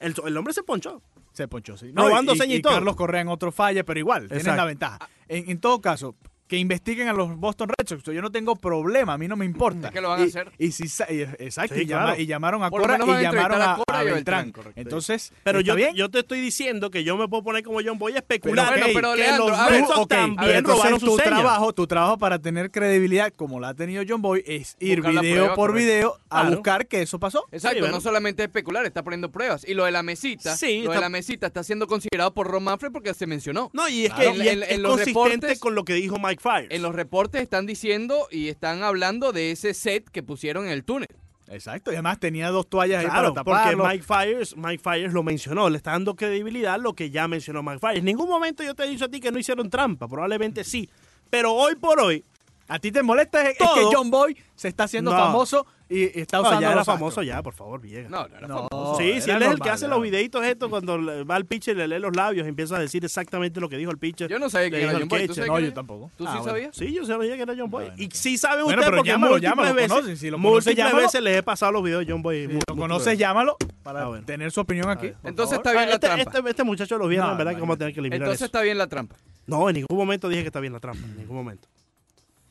B: el, el hombre se ponchó.
C: se ponchó, sí.
B: robando
C: y,
B: señas y
C: y
B: todo.
C: Carlos Correa en otro falla, pero igual, tienen
B: Exacto.
C: la ventaja. En, en todo caso, que investiguen a los Boston Red Sox. Yo no tengo problema, a mí no me importa.
A: Es que lo van a
C: Y-
A: hacer.
C: Y, si, sa- y- exacto,
B: Sí,
C: y, llama-
B: claro.
C: y llamaron a
A: Por lo
C: Cora
A: menos van
C: y
A: a
C: llamaron
A: entrevistar
C: a,
A: a Cora
C: a
A: y a
C: Beltrán.
A: Beltrán, correcto.
C: Entonces,
B: Pero
C: ¿está
B: yo,
C: bien?
B: yo te estoy diciendo que yo me puedo poner como John Boy a especular
A: Pero bueno,
B: que-
A: pero
B: que
A: Leandro,
B: los
A: a ver,
B: Red Sox
A: ok,
C: A ver,
B: también
C: entonces,
B: robaron su
C: tu
B: seña.
C: trabajo, tu trabajo para tener credibilidad, como la ha tenido John Boy, es ir
A: Buscar la
C: video
A: prueba,
C: por
A: correcto.
C: video a
B: Claro.
C: buscar que eso pasó.
A: Exacto,
B: Sí, bueno.
A: no solamente especular, está poniendo pruebas. Y lo de la mesita,
B: Sí,
A: lo de
B: está-
A: la mesita está siendo considerado por Ron Manfred porque se mencionó.
B: No, y es
A: Claro.
B: que y
A: En-
B: es,
A: en
B: es
A: los
B: consistente
A: reportes-
B: con lo que dijo Mike Fires.
A: En los reportes están diciendo y están hablando de ese set que pusieron en el túnel.
C: Exacto, y además tenía dos toallas ahí
B: Claro,
C: para
B: porque
C: taparlo.
B: Mike Fires, Mike Fires lo mencionó, le está dando credibilidad a lo que ya mencionó Mike Fires. En ningún momento yo te he dicho a ti que no hicieron trampa, probablemente sí. Pero hoy por hoy,
C: A ti te molesta es, es que
B: Todo.
C: John Boy se está haciendo
B: No.
C: famoso y, y está
B: No,
C: usando
B: ya era
C: los astros.
B: famoso ya, por favor, vieja.
A: No, no era
C: No,
A: famoso.
B: sí, sí, él
C: Oh, era
B: es el
C: normal,
B: que hace
C: era
B: los videitos estos cuando le- va al pitcher y le lee los labios y empieza a decir exactamente lo que dijo el pitcher.
A: Yo no sabía
B: Le
A: que era
B: dijo
A: John
B: el
A: Boy. ¿Tú
B: catcher.
A: sabes
C: No,
A: quién
C: yo
A: es?
C: tampoco.
A: ¿Tú
C: Ah,
A: sí
C: bueno.
A: sabías?
B: Sí, yo sabía que era John Boy.
C: Ah, Bueno,
B: y
C: ok.
B: sí sabe usted
C: Bueno, pero
B: porque
C: llámalo,
B: múltiples
C: llámalo,
B: veces,
C: conoce, si lo conoce,
B: múltiples
C: llámalo.
B: veces les he pasado los videos de John Boy.
C: Si
B: múltiples
C: lo conoces,
B: veces.
C: llámalo para
B: Ah, bueno.
C: tener su opinión aquí. por
A: Entonces
C: favor.
A: está bien
B: Ah,
A: la
B: este,
A: trampa.
B: este- este muchacho los viernes,
C: No,
B: en verdad
C: no,
B: que vamos a tener que eliminar
A: Entonces
B: eso.
A: está bien la trampa.
B: No, en ningún momento dije que está bien la trampa. En ningún momento.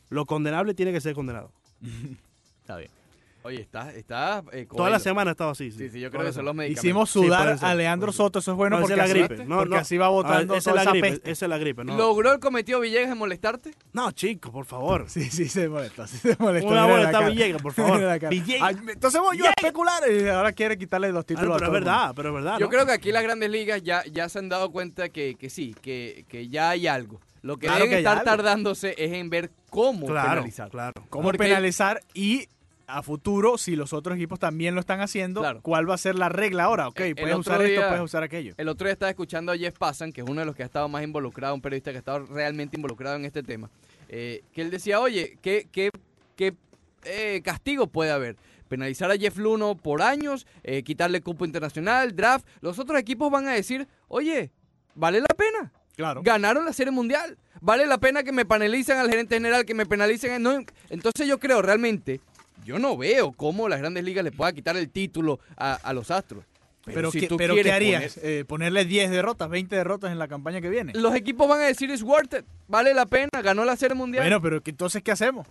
B: Lo condenable tiene que ser condenado.
C: está bien.
A: Oye, está, está eh,
B: Toda la
A: Coelho.
B: semana he estado así. Sí,
A: Sí, sí, yo creo
B: Toda
A: que
B: la
A: son los medicamentos.
C: Hicimos
B: Sí, puede
C: sudar
B: ser,
C: a
B: puede
C: Leandro
B: ser.
C: Soto, eso es bueno
B: No, esa
C: porque,
B: es la
C: así,
B: gripe. No,
C: porque
B: no.
C: así va botando
B: Ah, esa es
C: toda
B: la
C: esa
B: gripe.
C: peste.
B: Esa es la gripe, ¿no?
A: ¿Logró el cometido Villegas de molestarte?
B: No, chico, por favor.
C: Sí, sí, se molesta, sí se molesta.
B: Una
C: mira la
B: boleta
C: cara.
B: Villegas, por
C: Mira la
B: favor.
C: cara.
B: Villegas.
C: Ay, entonces voy yo a especular y ahora quiere quitarle los
B: Ah, no,
C: títulos
B: pero
C: a
B: es
C: todo el mundo.
B: verdad, pero es verdad.
A: Yo
B: Ah, ¿no?
A: creo que aquí las grandes ligas ya, ya se han dado cuenta que, que sí, que, que ya hay algo. Lo que
B: Claro
A: deben
B: que hay
A: estar
B: algo.
A: tardándose es en ver cómo
B: Claro,
A: penalizar.
B: claro.
C: ¿Cómo
A: Porque-
C: penalizar y a futuro, si los otros equipos también lo están haciendo,
A: Claro.
C: cuál va a ser la regla ahora? Ok,
A: El- el
C: puedes
A: otro
C: usar esto,
A: día-
C: puedes usar aquello.
A: El otro día estaba escuchando a Jeff Passan, que es uno de los que ha estado más involucrado, un periodista que ha estado realmente involucrado en este tema, eh, que él decía, oye, ¿qué, qué, qué eh, castigo puede haber? Penalizar a Jeff Luno por años, eh, quitarle cupo internacional, draft. Los otros equipos van a decir, oye, ¿vale la pena?
C: Claro.
A: Ganaron la Serie Mundial. Vale la pena que me penalicen al gerente general, que me penalicen. no, entonces yo creo realmente, yo no veo cómo las grandes ligas le pueda quitar el título a, a los Astros. Pero,
C: Pero,
A: si
C: ¿qué,
A: tú
C: pero
A: quieres
C: ¿qué harías?
A: poner-
C: Eh, ¿Ponerle 10 derrotas, 20 derrotas en la campaña que viene?
A: los equipos van a decir es worth it, vale la pena, ganó la Serie Mundial.
C: Bueno, pero ¿qué- entonces, ¿qué hacemos?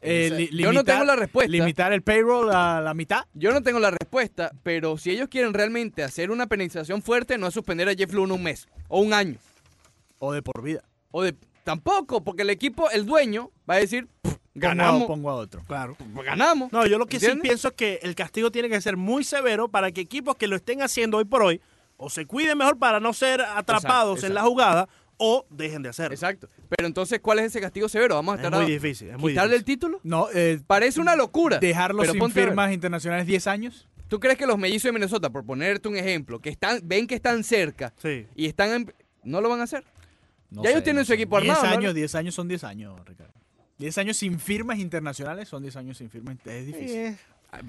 C: Eh,
A: Entonces,
C: li-
A: yo no tengo la respuesta.
C: Limitar el payroll a la mitad.
A: yo no tengo la respuesta, pero si ellos quieren realmente hacer una penalización fuerte, no es suspender a Jeff Luno un mes o un año.
C: O de por vida.
A: O de, tampoco, porque el equipo, el dueño, va a decir, "Pff,
C: Pongo a-
A: ganamos,
C: Pongo a otro.
B: Claro.
A: ganamos.
B: No, yo lo que sí
A: ¿Entiendes?
B: pienso es que el castigo tiene que ser muy severo para que equipos que lo estén haciendo hoy por hoy o se cuiden mejor para no ser atrapados en
A: exacto.
B: la jugada o dejen de hacerlo.
A: Exacto. Pero entonces, ¿cuál es ese castigo severo? Vamos a
B: Es
A: estar
B: muy
A: a-
B: difícil, es muy
A: quitarle el
B: difícil.
A: título.
C: No, eh,
A: Parece una locura.
C: dejarlo
A: pero
C: sin
A: ponte a ver.
C: firmas internacionales 10 años.
A: ¿Tú crees que los mellizos de Minnesota, por ponerte un ejemplo, que están, ven que están cerca
B: Sí.
A: y están, en- no lo van a hacer?
C: No
A: Ya ellos tienen su equipo armado, ¿no?
C: años, 10 años son 10 años, Ricardo. 10 años sin firmas internacionales son 10 años sin firmas. Es difícil.
B: Eh,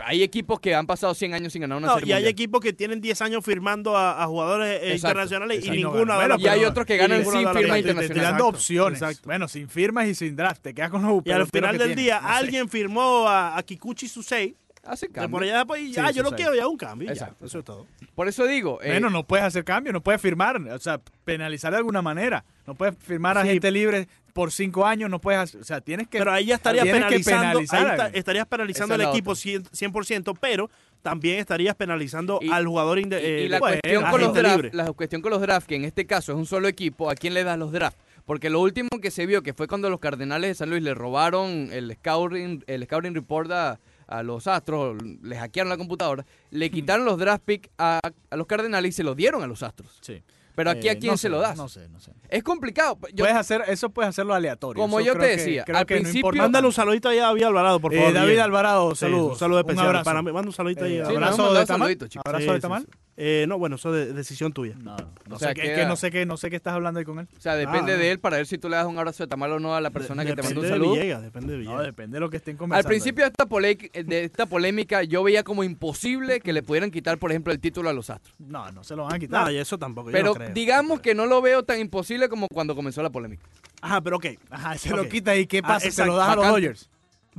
A: Hay equipos que han pasado 100 años sin ganar una
B: No,
A: serie
B: y hay
A: mundial.
B: equipos que tienen 10 años firmando a, a jugadores eh,
A: Exacto,
B: internacionales
C: exacto.
B: y
C: Y no
B: ninguno
C: ganan.
B: ha dado la
C: Bueno,
A: Y hay
B: pelota.
A: otros que ganan
B: ninguno ha
A: sin
B: dado la
A: firma
B: pelota.
C: Te- te- te-
A: internacional.
C: tirando
B: Exacto,
C: opciones.
B: exacto.
C: Bueno, sin firmas y sin draft. Te quedas con los
B: Y al
C: peloteros
B: final
C: que
B: del
C: tienes.
B: día,
C: No sé.
B: alguien firmó a, a Kikuchi Susei.
A: Hacen
B: De
A: cambio.
B: por allá después, y ya,
C: Sí,
B: yo lo
C: Susei.
B: quiero, ya un cambio. y ya.
A: Exacto.
B: Eso es todo.
A: Por eso digo, eh,
C: Bueno, no puedes hacer cambio, no puedes firmar, o sea, penalizar de alguna manera. No puedes firmar a
B: Sí.
C: gente libre por cinco años, no puedes hacer- o sea, tienes que...
B: Pero ahí ya estarías
C: tienes que
B: penalizando, ahí
C: penalizar a
B: esta-
C: alguien.
B: estarías penalizando
A: Esa
B: al
A: es la
B: equipo
A: otra.
B: 100%, 100%, pero también estarías penalizando
A: Y-
B: al jugador inde-
A: y,
B: eh,
A: y la,
B: bueno,
A: cuestión
B: a
A: con los
B: gente
A: draft,
B: libre.
A: la cuestión con los draft, que en este caso es un solo equipo, ¿a quién le das los draft? Porque lo último que se vio, que fue cuando los Cardenales de San Luis le robaron el scouting, el scouting report a, a los Astros, les hackearon la computadora, le quitaron los draft pick a, a los Cardenales y se los dieron a los Astros.
C: Sí.
A: Pero aquí
C: Eh,
A: a quién
C: no
A: se
C: sé,
A: lo das.
C: No sé, no sé.
A: Es complicado. pues, Yo-
C: puedes hacer, eso puedes hacerlo aleatorio.
A: Como
C: Eso
A: yo te
C: creo que-
A: decía,
C: creo
A: al
C: que no
A: principio-
C: importa
B: Mándale un
C: tanto.
B: saludito ahí a David Alvarado, por
C: Eh,
B: favor.
C: David
B: Guillermo.
C: Alvarado,
B: Sí,
C: saludos.
B: Un saludo especial.
C: abrazo.
B: Para mí. Manda un saludito ahí.
C: Eh,
B: a-
A: Sí,
C: abrazo
A: no,
C: de
A: mandado
C: tamal.
A: saludito, chicos.
C: abrazo
B: Sí,
C: de
B: sí,
C: tamal.
B: sí. Eh, no, bueno, eso es de- decisión tuya.
C: No, no
A: O sea,
C: sé, qué- es que
A: queda-
C: no sé qué, no sé qué estás hablando ahí con él.
A: o sea, depende
B: Ah, no.
A: de él para ver si tú le das un abrazo de tamal o no a la persona
B: De-
A: que te mandó un
B: depende de
A: saludo.
B: Villegas, depende de
C: No,
B: Villegas.
C: depende de lo que estén
A: Al
C: conversando.
A: principio de esta, polé- de esta polémica yo veía como imposible que le pudieran quitar, por ejemplo, el título a los Astros.
C: No, no se lo van a quitar.
B: No, y eso tampoco. Pues yo no
A: Pero
B: creo.
A: digamos que no lo veo tan imposible como cuando comenzó la polémica.
B: Ajá, pero ok.
C: Ajá, se
B: Ok.
C: lo quita y ¿qué
B: Ah,
C: pasa? se
B: exacto,
C: lo das a los
B: vacante.
C: Dodgers.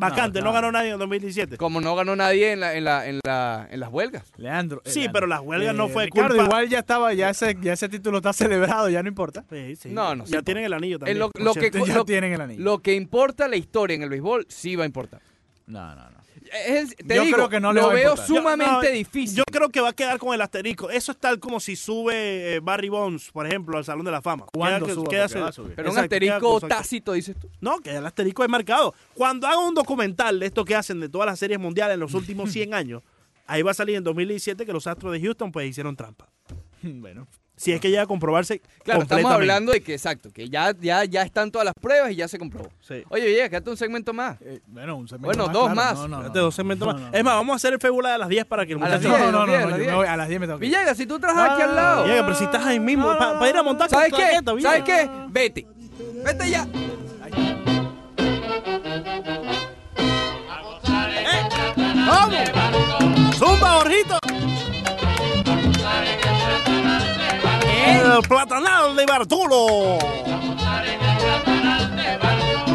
B: Vacante, no,
C: No, no.
B: ganó nadie en 2017.
A: Como no ganó nadie en, la, en, la, en, la, en las huelgas.
C: Leandro. eh,
B: Sí,
C: Leandro.
B: pero las huelgas no fue
C: Ricardo,
B: culpa-
C: igual ya estaba, ya ese, ya ese título está celebrado, ya no importa.
B: Sí, sí.
A: No, no, sí,
B: Ya
A: no.
B: tienen el anillo también.
A: Eh, lo-
B: por
A: lo que
B: cierto.
A: co-
C: ya
A: lo-
C: tienen el anillo.
A: Lo que importa la historia en el béisbol sí va a importar.
C: no, no, no.
A: Es- te
C: Yo
A: digo,
C: creo que no le
A: lo
C: va a
A: veo
C: importar.
B: Yo-
A: sumamente
B: no, eh,
A: difícil.
B: Yo creo que va a quedar con el asterisco. Eso es tal como si sube eh, Barry Bonds, por ejemplo, al Salón de la Fama.
C: ¿Cuándo
B: Queda-
C: suba?
B: queda-
C: Porque va a subir.
A: pero un
B: Exacto, pues, queda
A: asterisco
B: con-
A: tácito, dices tú.
B: No, que el asterisco es marcado. Cuando hagan un documental de esto que hacen de todas las series mundiales en los
C: [LAUGHS]
B: últimos 100 años, ahí va a salir en 2017 que los Astros de Houston pues hicieron trampa.
C: [LAUGHS] Bueno,
B: Si es que llega a comprobarse
A: Claro, estamos
B: completamente.
A: hablando de que, exacto, que ya, ya, ya están todas las pruebas y ya se comprobó.
B: Sí.
A: Oye, Villegas, quédate un segmento más.
C: eh, bueno, un segmento
A: Bueno,
C: más,
A: dos
C: claro.
A: más.
C: No, no, no,
B: Espérate, dos segmentos
C: no,
B: más.
C: no,
B: es más,
C: no.
B: vamos a hacer el fébula de las 10 para que el
A: A las
B: muchacho...
C: No, no, no, no,
A: diez, a las
C: yo me
A: diez.
C: voy- a las 10 me tengo que ir.
A: Villegas, si tú trabajas
B: Ah,
A: aquí al lado.
B: Llega, pero si estás ahí mismo,
C: No, no,
B: para ir a montar
A: ¿Sabes qué?
B: claqueta, bien.
A: ¿Sabes qué? Vete. Vete ya.
B: ¡Vamos! ¡Zumba, Jorgito! El platanal de Bartolo.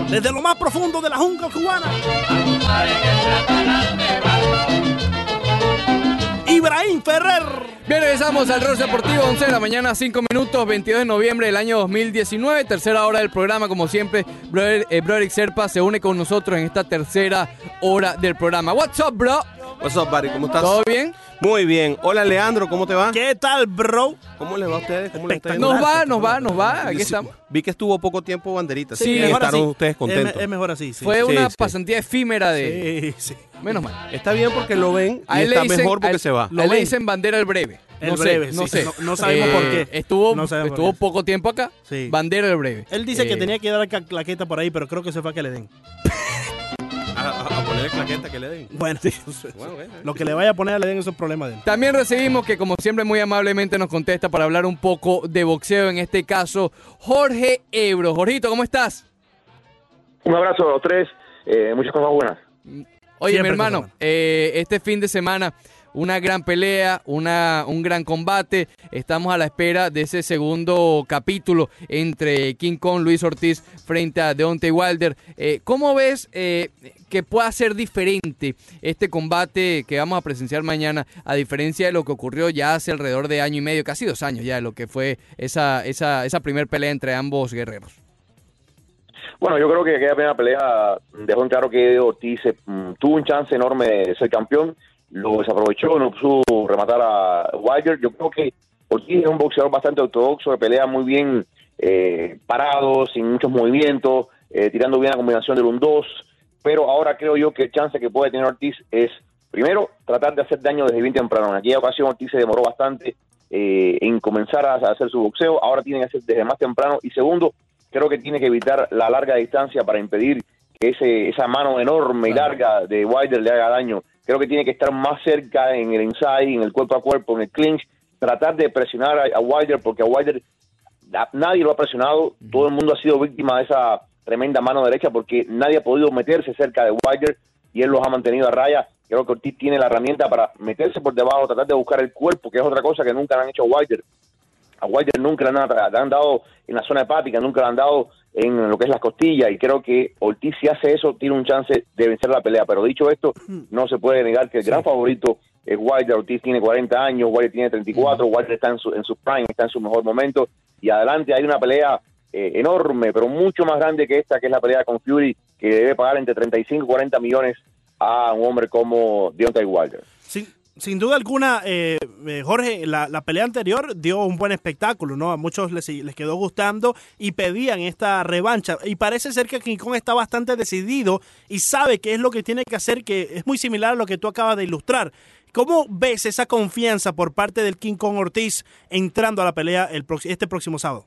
B: Desde lo más profundo de la jungla cubana. Y Ibrahim Ferrer.
A: Bien, regresamos al Rol Deportivo, 11 de la mañana, 5 minutos, 22 de noviembre del año 2019, tercera hora del programa, como siempre, brother, eh, Broderick Serpa se une con nosotros en esta tercera hora del programa. What's up, bro?
F: What's up, Barry? ¿Cómo estás?
A: ¿Todo bien?
F: Muy bien. Hola, Leandro, ¿cómo te va?
B: ¿Qué tal, bro?
F: ¿Cómo les va a ustedes? ¿Cómo les está
A: Nos va, nos va, nos va, aquí
F: Sí,
A: estamos.
F: Vi que estuvo poco tiempo banderita.
A: Sí, Em,
F: Sí,
A: mejor
F: estaron
B: así.
F: ustedes
B: Es,
F: contentos.
B: me- es mejor así, sí.
A: Fue
F: sí,
A: una
F: sí.
A: pasantía efímera de...
B: Sí, sí.
A: Menos mal.
F: Está bien porque lo ven y
A: A él le
F: está
A: dicen-
F: mejor
A: a
F: porque
A: él-
F: se va.
A: a él le dicen bandera el breve.
B: El
A: no
B: breve,
A: sé,
B: sí.
A: no sé. Eh,
B: No- no sabemos por qué.
A: Estuvo,
B: No sabemos por
A: estuvo
B: qué.
A: poco tiempo acá.
B: Sí.
A: Bandera el breve.
B: Él dice que
A: Eh,
B: tenía que dar ca- claqueta por ahí, pero creo que se fue a que le den.
F: A, a- a ponerle claqueta que le den.
B: Bueno, [LAUGHS]
F: Bueno, bueno.
B: lo que le vaya a poner a le den es un problema de él.
A: También recibimos que, como siempre, muy amablemente nos contesta para hablar un poco de boxeo, en este caso, Jorge Ebro. Jorgito, ¿cómo estás?
G: Un abrazo a los tres, eh, muchas cosas buenas.
A: Oye, mi
B: Siempre
A: hermano,
B: con la
A: eh, este fin de semana, una gran pelea, una, un gran combate. Estamos a la espera de ese segundo capítulo entre King Kong, Luis Ortiz, frente a Deontay Wilder. Eh, ¿Cómo ves eh, que pueda ser diferente este combate que vamos a presenciar mañana, a diferencia de lo que ocurrió ya hace alrededor de año y medio, casi dos años ya, de lo que fue esa, esa, esa primera pelea entre ambos guerreros?
G: Bueno, yo creo que aquella primera pelea dejó en claro que Ortiz eh, mm, tuvo un chance enorme de ser campeón, lo desaprovechó, no pudo rematar a Wilder. Yo creo que Ortiz es un boxeador bastante ortodoxo, que pelea muy bien eh, parado, sin muchos movimientos, eh, tirando bien la combinación del 1-2. Pero ahora creo yo que el chance que puede tener Ortiz es, primero, tratar de hacer daño desde bien temprano. En aquella ocasión Ortiz se demoró bastante eh, en comenzar a a hacer su boxeo, ahora tiene que hacer desde más temprano. Y segundo, creo que tiene que evitar la larga distancia para impedir que ese, esa mano enorme y larga de Wilder le haga daño. Creo que tiene que estar más cerca en el inside, en el cuerpo a cuerpo, en el clinch, tratar de presionar a, a Wilder, porque a Wilder na- nadie lo ha presionado, todo el mundo ha sido víctima de esa tremenda mano derecha porque nadie ha podido meterse cerca de Wilder y él los ha mantenido a raya. Creo que Ortiz tiene la herramienta para meterse por debajo, tratar de buscar el cuerpo, que es otra cosa que nunca le han hecho a Wilder a Wilder nunca le han, atra- le han dado en la zona hepática, nunca le han dado en lo que es las costillas, y creo que Ortiz si hace eso tiene un chance de vencer la pelea, pero dicho esto, no se puede negar que el gran favorito es Wilder, Ortiz tiene 40 años, Wilder tiene 34, Wilder está en su, en su prime, está en su mejor momento, y adelante hay una pelea eh, enorme, pero mucho más grande que esta, que es la pelea con Fury, que debe pagar entre 35 y 40 millones a un hombre como Deontay Wilder.
B: Sin, sin duda alguna, eh, eh, Jorge, la, la pelea anterior dio un buen espectáculo, ¿no? A muchos les, les quedó gustando y pedían esta revancha. Y parece ser que King Kong está bastante decidido y sabe qué es lo que tiene que hacer, que es muy similar a lo que tú acabas de ilustrar. ¿Cómo ves esa confianza por parte del King Kong Ortiz entrando a la pelea el prox- este próximo sábado?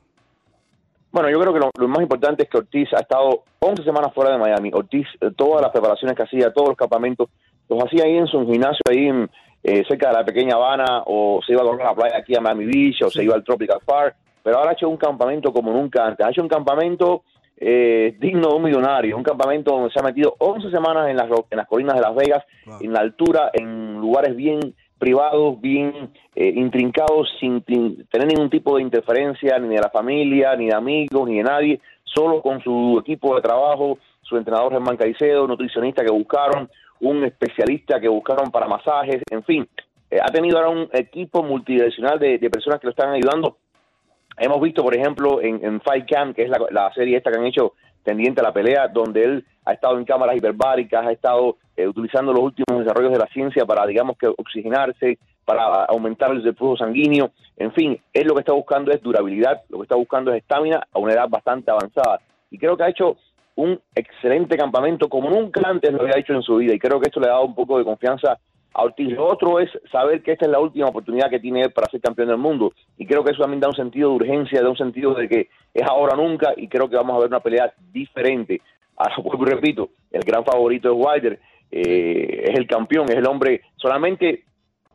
G: Bueno, yo creo que lo, lo más importante es que Ortiz ha estado 11 semanas fuera de Miami. Ortiz, eh, todas las preparaciones que hacía, todos los campamentos, los hacía ahí en su gimnasio, ahí en, eh, cerca de la pequeña Habana, o se iba a correr a la playa aquí a Miami Beach, o se iba al Tropical Park. Pero ahora ha hecho un campamento como nunca antes. Ha hecho un campamento eh, digno de un millonario, un campamento donde se ha metido 11 semanas en las, ro- en las colinas de Las Vegas, en la altura, en lugares bien privados, bien eh, intrincados, sin tin- tener ningún tipo de interferencia ni de la familia, ni de amigos, ni de nadie, solo con su equipo de trabajo, su entrenador Germán Caicedo, nutricionista que buscaron, un especialista que buscaron para masajes, en fin. Eh, ha tenido ahora un equipo multidireccional de, de personas que lo están ayudando Hemos visto, por ejemplo, en, en Fight Camp, que es la, la serie esta que han hecho tendiente a la pelea, donde él ha estado en cámaras hiperbáricas, ha estado eh, utilizando los últimos desarrollos de la ciencia para, digamos, que oxigenarse, para aumentar el flujo sanguíneo. En fin, él lo que está buscando es durabilidad, lo que está buscando es estamina a una edad bastante avanzada. Y creo que ha hecho un excelente campamento como nunca antes lo había hecho en su vida. Y creo que esto le ha dado un poco de confianza a Ortiz. Lo otro es saber que esta es la última oportunidad que tiene él para ser campeón del mundo. Y creo que eso también da un sentido de urgencia, da un sentido de que es ahora o nunca. Y creo que vamos a ver una pelea diferente. Ahora [LAUGHS] vuelvo y repito, el gran favorito es Wilder. eh, es el campeón, es el hombre. Solamente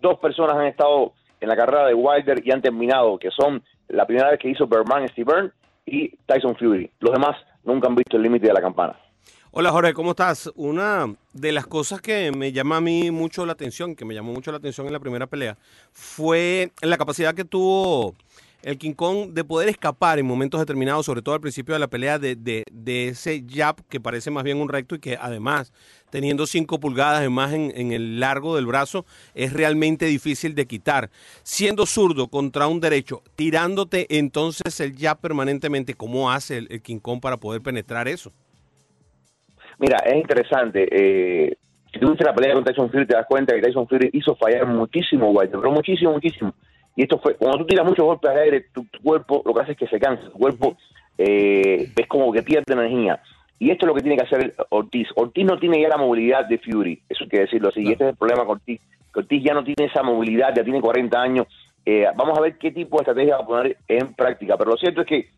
G: dos personas han estado en la carrera de Wilder y han terminado, que son la primera vez que hizo Berman Steven y Tyson Fury. Los demás nunca han visto el límite de la campana.
F: Hola Jorge, ¿cómo estás? Una de las cosas que me llama a mí mucho la atención, que me llamó mucho la atención en la primera pelea, fue la capacidad que tuvo el King Kong de poder escapar en momentos determinados, sobre todo al principio de la pelea, de, de- de ese jab que parece más bien un recto y que además teniendo 5 pulgadas de más en, en el largo del brazo, es realmente difícil de quitar. Siendo zurdo contra un derecho, tirándote entonces el jab permanentemente, ¿cómo hace el, el King Kong para poder penetrar eso?
G: Mira, es interesante. Eh, si tú viste la pelea con Tyson Fury, te das cuenta que Tyson Fury hizo fallar muchísimo, Wilder, pero muchísimo, muchísimo. Y esto fue, cuando tú tiras muchos golpes al aire, tu, tu cuerpo lo que hace es que se cansa, tu cuerpo eh, es como que pierde energía. Y esto es lo que tiene que hacer Ortiz. Ortiz no tiene ya la movilidad de Fury, eso hay que decirlo así. Y este es el problema con Ortiz, que Ortiz ya no tiene esa movilidad, ya tiene 40 años. Eh, vamos a ver qué tipo de estrategia va a poner en práctica. Pero lo cierto es que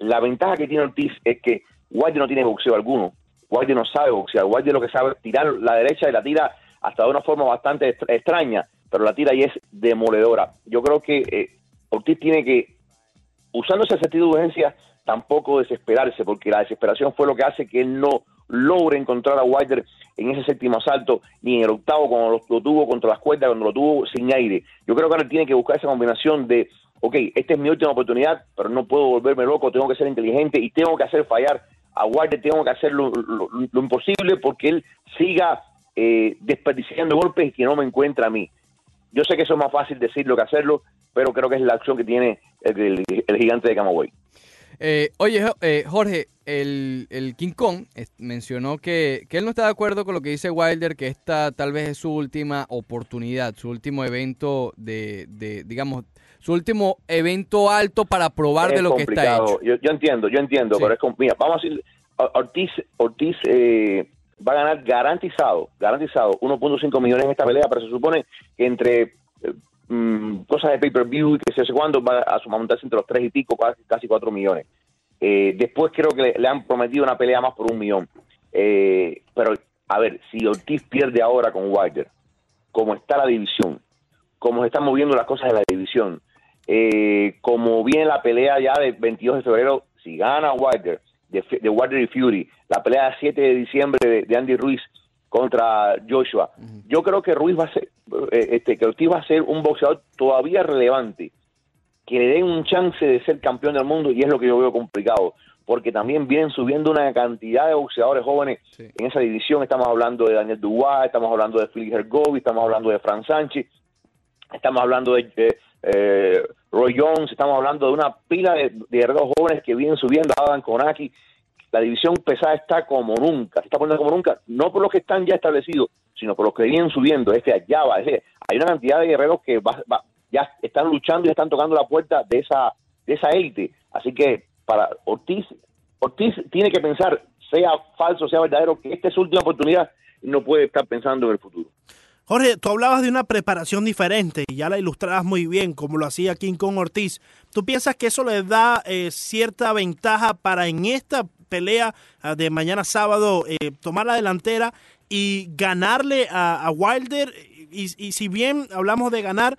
G: la ventaja que tiene Ortiz es que Wilder no tiene boxeo alguno. Wilder no sabe boxear. Wilder lo que sabe es tirar la derecha y la tira hasta de una forma bastante est- extraña, pero la tira y es demoledora. Yo creo que eh, Ortiz tiene que, usando ese sentido de urgencia, tampoco desesperarse, porque la desesperación fue lo que hace que él no logre encontrar a Wilder en ese séptimo asalto, ni en el octavo, cuando lo, lo tuvo contra las cuerdas, cuando lo tuvo sin aire. Yo creo que ahora tiene que buscar esa combinación de, ok, esta es mi última oportunidad, pero no puedo volverme loco, tengo que ser inteligente y tengo que hacer fallar a Wilder tengo que hacer lo, lo- lo imposible porque él siga eh, desperdiciando golpes y que no me encuentra a mí. Yo sé que eso es más fácil decirlo que hacerlo, pero creo que es la acción que tiene el, el- el gigante de Camagüey.
A: Eh, oye, Jo- eh, Jorge, el, el King Kong eh, mencionó que, que él no está de acuerdo con lo que dice Wilder, que esta tal vez es su última oportunidad, su último evento de, de, digamos, su último evento alto para probar
G: Es
A: de lo que está
G: complicado.
A: hecho.
G: Yo, yo entiendo, yo entiendo,
A: Sí.
G: pero es como, mira, vamos a decir, Or- Ortiz, Ortiz eh, va a ganar garantizado, garantizado 1.5 millones en esta pelea, pero se supone que entre eh, mm, cosas de pay-per-view y que se sé cuándo va a montarse entre los 3 y pico, casi, casi 4 millones. Eh, después creo que le, le han prometido una pelea más por un millón. Eh, pero, a ver, si Ortiz pierde ahora con Wilder, como está la división, cómo se están moviendo las cosas de la división, eh, como viene la pelea ya del 22 de febrero, si gana Wilder, de, F- de Wilder y Fury, la pelea del 7 de diciembre de, de Andy Ruiz contra Joshua, yo creo que Ruiz va a ser, eh, este, que Ortiz va a ser un boxeador todavía relevante, que le den un chance de ser campeón del mundo y es lo que yo veo complicado, porque también vienen subiendo una cantidad de boxeadores jóvenes
A: Sí.
G: en esa división, estamos hablando de Daniel Dubois, estamos hablando de Félix Hergovi, estamos hablando de Fran Sánchez, estamos hablando de eh, eh, Roy Jones, estamos hablando de una pila de, de guerreros jóvenes que vienen subiendo, Adam Konaki. La división pesada está como nunca, se está poniendo como nunca, no por los que están ya establecidos, sino por los que vienen subiendo. Este allá va, este- hay una cantidad de guerreros que va- va- ya están luchando y están tocando la puerta de esa de esa élite. Así que para Ortiz, Ortiz tiene que pensar, sea falso, sea verdadero, que esta es su última oportunidad y no puede estar pensando en el futuro.
B: Jorge, tú hablabas de una preparación diferente y ya la ilustrabas muy bien, como lo hacía King Kong Ortiz. ¿Tú piensas que eso le da eh, cierta ventaja para en esta pelea ah, de mañana sábado eh, tomar la delantera y ganarle a, a Wilder? Y, y si bien hablamos de ganar,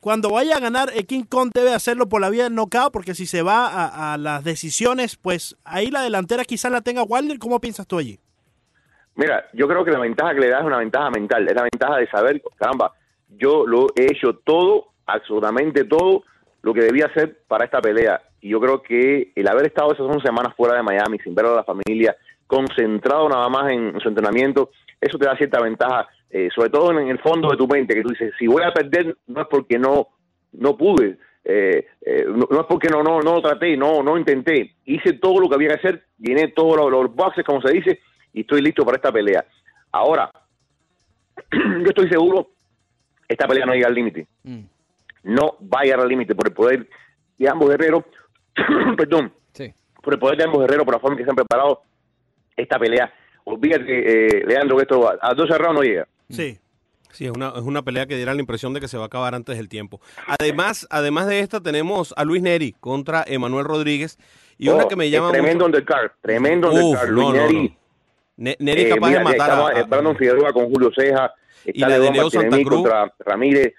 B: cuando vaya a ganar, eh, King Kong debe hacerlo por la vía del knockout, porque si se va a, a las decisiones, pues ahí la delantera quizás la tenga Wilder. ¿Cómo piensas tú allí?
G: Mira, yo creo que la ventaja que le da es una ventaja mental, es la ventaja de saber, caramba, yo lo he hecho todo, absolutamente todo, lo que debía hacer para esta pelea. Y yo creo que el haber estado esas 11 semanas fuera de Miami, sin ver a la familia, concentrado nada más en su entrenamiento, eso te da cierta ventaja, eh, sobre todo en el fondo de tu mente, que tú dices, si voy a perder, no es porque no, no pude, eh, eh, no, no es porque no, no, no lo traté, no, no intenté, hice todo lo que había que hacer, llené todos los, los boxes, como se dice, y estoy listo para esta pelea. Ahora, [CLEARS THROAT] yo estoy seguro, esta pelea no llega al límite,
A: Mm,
G: no va a llegar al límite por el poder de ambos guerreros, [CLEARS THROAT] perdón,
A: sí.
G: por el poder de ambos guerreros, por la forma en que se han preparado esta pelea. Olvídate, eh, Leandro, que esto a, a 12 rounds no llega.
B: Sí.
F: Sí, es una, es una pelea que diera la impresión de que se va a acabar antes del tiempo. Además, además de esta, tenemos a Luis Neri contra Emanuel Rodríguez. Y una
G: Oh,
F: que me
G: es
F: llama
G: Tremendo
F: mucho-
G: undercard, tremendo
F: Uf,
G: undercard. Luis
F: no, no,
G: Neri,
F: no. Ne- Neri
G: eh,
F: capaz
G: mira,
F: de matar
G: estamos,
F: a-
G: eh, Brandon
F: a,
G: Figueroa con Julio Ceja,
F: Y
G: está
F: la de
G: León
F: Leo
G: Martínez
F: Santa Cruz.
G: contra Ramírez.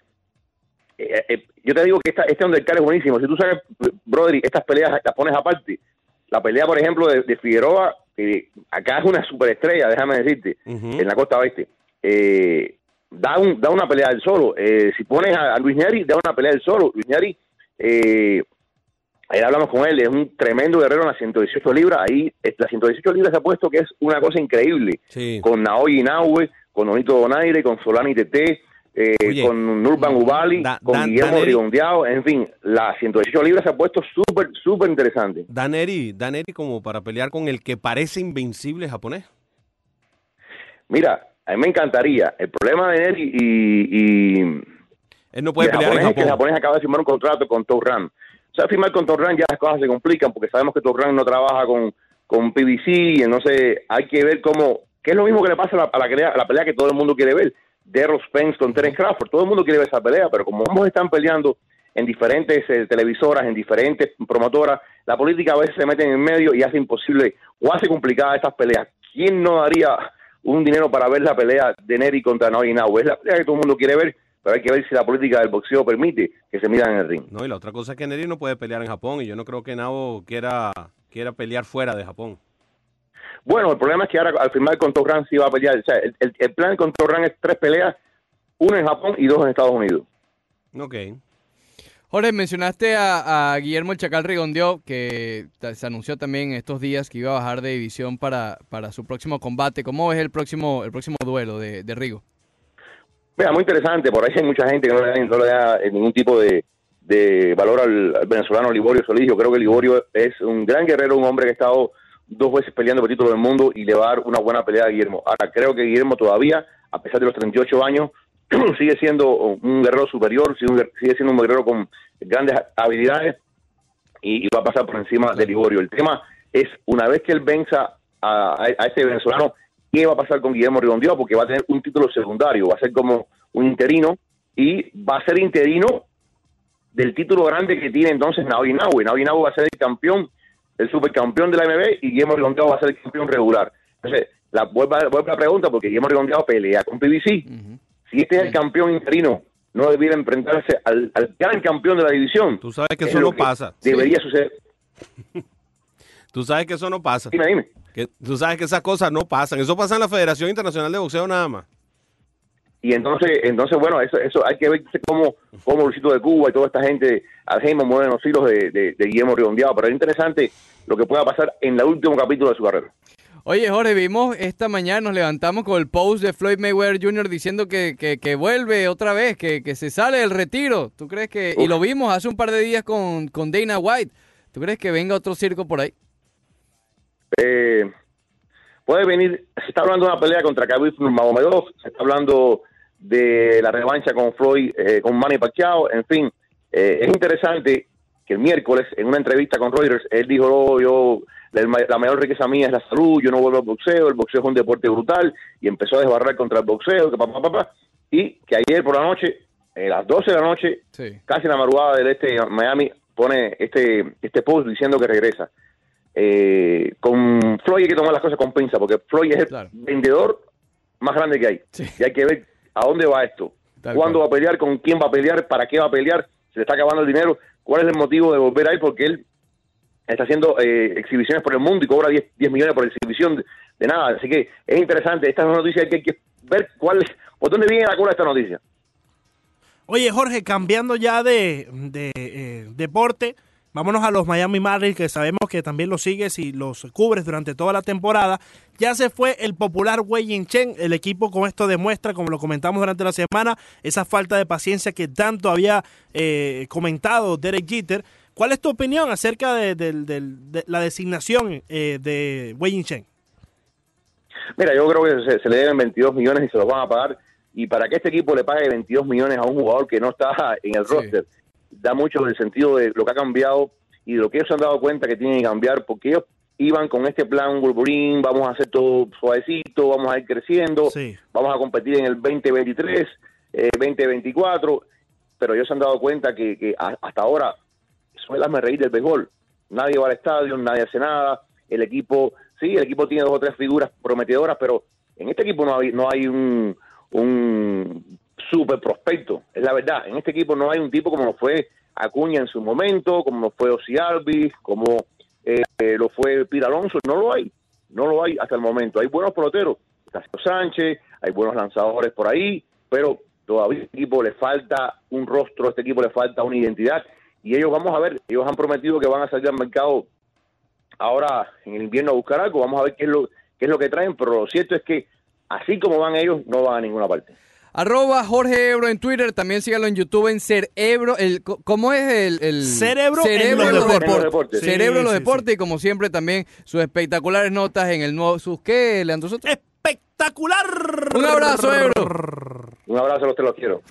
G: Eh, eh, yo te digo que esta, este undercard es buenísimo. Si tú sabes, Brody, estas peleas las pones aparte. La pelea, por ejemplo, de, de Figueroa, que acá es una superestrella, déjame decirte,
F: Ujú.
G: en la costa oeste. Eh, da, un, da una pelea del solo. Eh, si pones a, a Luis Neri, da una pelea del solo. Luis Neri eh, Ayer hablamos con él, es un tremendo guerrero en las 118 libras. Ahí, eh, las 118 libras se ha puesto que es una cosa increíble.
F: Sí.
G: Con Naoyi Inaue, con Donito Donaire, con Solani Tete, eh,
F: Oye,
G: con Nurban Ubali,
F: Da-
G: con
F: Dan-
G: Guillermo
F: Daneri.
G: Rigondeado. En fin, las 118 libras se ha puesto súper, súper interesante.
F: Daneri, Daneri como para pelear con el que parece invencible japonés.
G: Mira, a mí me encantaría. El problema de Neri y, y
F: Él no puede
G: de
F: pelear en
G: japonés es que el
F: Japón.
G: japonés acaba de firmar un contrato con Torran. O sea, firmar con Torran ya las cosas se complican porque sabemos que Torran no trabaja con, con PBC y entonces hay que ver cómo, que es lo mismo que le pasa a la, a la pelea, a la pelea que todo el mundo quiere ver. Derros Spence con Terence Crawford, todo el mundo quiere ver esa pelea, pero como ambos están peleando en diferentes eh, televisoras, en diferentes promotoras, la política a veces se mete en el medio y hace imposible o hace complicada estas peleas. ¿Quién no daría un dinero para ver la pelea de Neri contra Naoya Inoue? Es la pelea que todo el mundo quiere ver, pero hay que ver si la política del boxeo permite que se midan en el ring.
F: No, y la otra cosa es que Neri no puede pelear en Japón y yo no creo que Nao quiera, quiera pelear fuera de Japón.
G: Bueno, el problema es que ahora al firmar con Torran sí va a pelear. O sea, el, el- el plan con Torran es tres peleas, una en Japón y dos en Estados Unidos.
F: Ok.
A: Jorge, mencionaste a, a Guillermo el Chacal Rigondeau, que ta- se anunció también estos días que iba a bajar de división para, para su próximo combate. ¿Cómo ves el próximo, el próximo duelo de, de Rigo?
G: Mira, muy interesante, por ahí hay mucha gente que no le da, no le da, eh, ningún tipo de, de valor al, al venezolano Liborio Solís. Yo creo que Liborio es un gran guerrero, un hombre que ha estado dos veces peleando por el título del mundo y le va a dar una buena pelea a Guillermo. Ahora, creo que Guillermo todavía, a pesar de los 38 años, [CLEARS THROAT] sigue siendo un guerrero superior, sigue un guer- sigue siendo un guerrero con grandes habilidades y, y va a pasar por encima de Liborio. El tema es, una vez que él venza a, a- a este venezolano, ¿qué va a pasar con Guillermo Rigondeaux? Porque va a tener un título secundario, va a ser como un interino y va a ser interino del título grande que tiene entonces Naoya Inoue. Naoya Inoue va a ser el campeón, el supercampeón de la MB y Guillermo Rigondeaux va a ser el campeón regular. Entonces, la, vuelvo, a, vuelvo a la pregunta porque Guillermo Rigondeaux pelea con PBC. Si este es el campeón interino, no debiera enfrentarse al, al gran campeón de la división.
F: Tú sabes que
G: Es
F: eso
G: lo
F: no pasa.
G: Debería suceder.
F: Tú sabes que eso no pasa.
G: Dime, dime.
F: Que, tú sabes que esas cosas no pasan. Eso pasa en la Federación Internacional de Boxeo nada más.
G: Y entonces, entonces bueno, eso, eso hay que ver cómo, cómo Luisito de Cuba y toda esta gente, Alheimo mueven los hilos de, de, de Guillermo Redondeado. Pero es interesante lo que pueda pasar en el último capítulo de su carrera.
A: Oye, Jorge, vimos esta mañana, nos levantamos con el post de Floyd Mayweather Jr. diciendo que, que, que vuelve otra vez, que, que se sale del retiro. ¿Tú crees que.? Y
G: Uf.
A: lo vimos hace un par de días con, con Dana White. ¿Tú crees que venga otro circo por ahí?
G: Eh, puede venir, se está hablando de una pelea contra Khabib Magomedov, se está hablando de la revancha con Floyd, eh, con Manny Pacquiao, en fin, eh, es interesante que el miércoles en una entrevista con Reuters él dijo, "No, yo la, ma- la mayor riqueza mía es la salud, yo no vuelvo al boxeo, el boxeo es un deporte brutal y empezó a desbarrar contra el boxeo, que papá papá y que ayer por la noche, eh, a las 12 de la noche,
A: Sí.
G: casi en la madrugada del este de Miami pone este este post diciendo que regresa. Eh, con Floyd hay que tomar las cosas con pinza porque Floyd es el
A: Claro.
G: vendedor más grande que hay.
A: Sí.
G: Y hay que ver a dónde va esto,
A: Tal
G: cuándo
A: cual.
G: va a pelear, con quién va a pelear, para qué va a pelear, se le está acabando el dinero, cuál es el motivo de volver ahí porque él está haciendo eh, exhibiciones por el mundo y cobra 10, 10 millones por exhibición de, de nada. Así que es interesante, esta es una noticia que hay que ver cuál, por dónde viene la cola esta noticia.
B: Oye, Jorge, cambiando ya de, de, eh, deporte, vámonos a los Miami Marlins, que sabemos que también los sigues y los cubres durante toda la temporada. Ya se fue el popular Wei Chen. El equipo con esto demuestra, como lo comentamos durante la semana, esa falta de paciencia que tanto había eh, comentado Derek Jeter. ¿Cuál es tu opinión acerca de, del- del- de la designación eh, de Wei Chen?
G: Mira, yo creo que se, se le deben 22 millones y se los van a pagar. Y para que este equipo le pague 22 millones a un jugador que no está [LAUGHS] en el
A: Sí.
G: roster, da mucho del sentido de lo que ha cambiado y de lo que ellos se han dado cuenta que tienen que cambiar, porque ellos iban con este plan Wolverine, vamos a hacer todo suavecito, vamos a ir
A: Oh.
G: creciendo,
B: Sí.
G: vamos a competir en el 2023, eh, 2024, pero ellos se han dado cuenta que, que a- hasta ahora son el reír del béisbol. Nadie va al estadio, nadie hace nada. El equipo, sí, el equipo tiene dos o tres figuras prometedoras, pero en este equipo no hay, no hay un, un super prospecto, es la verdad. En este equipo no hay un tipo como lo fue Acuña en su momento, como lo fue Osi Alvis, como eh, eh, lo fue Pira Alonso. No lo hay, no lo hay hasta el momento. Hay buenos peloteros, Casio Sánchez, hay buenos lanzadores por ahí, pero todavía a este equipo le falta un rostro, a este equipo le falta una identidad y ellos vamos a ver, ellos han prometido que van a salir al mercado ahora en el invierno a buscar algo, vamos a ver qué es lo, qué es lo que traen, pero lo cierto es que así como van ellos, no van a ninguna parte.
A: Arroba Jorge Ebro en Twitter, también sígalo en YouTube en Cerebro. El, co- ¿Cómo es el, el-
B: Cerebro en los
G: deportes. En los deportes.
A: Cerebro en los
B: Sí, sí,
A: deportes y como siempre también sus espectaculares notas en el nuevo... ¿Sus qué, Leandro Soto?
B: Espectacular.
A: Un abrazo, Ebro.
G: Un abrazo a los que los quiero.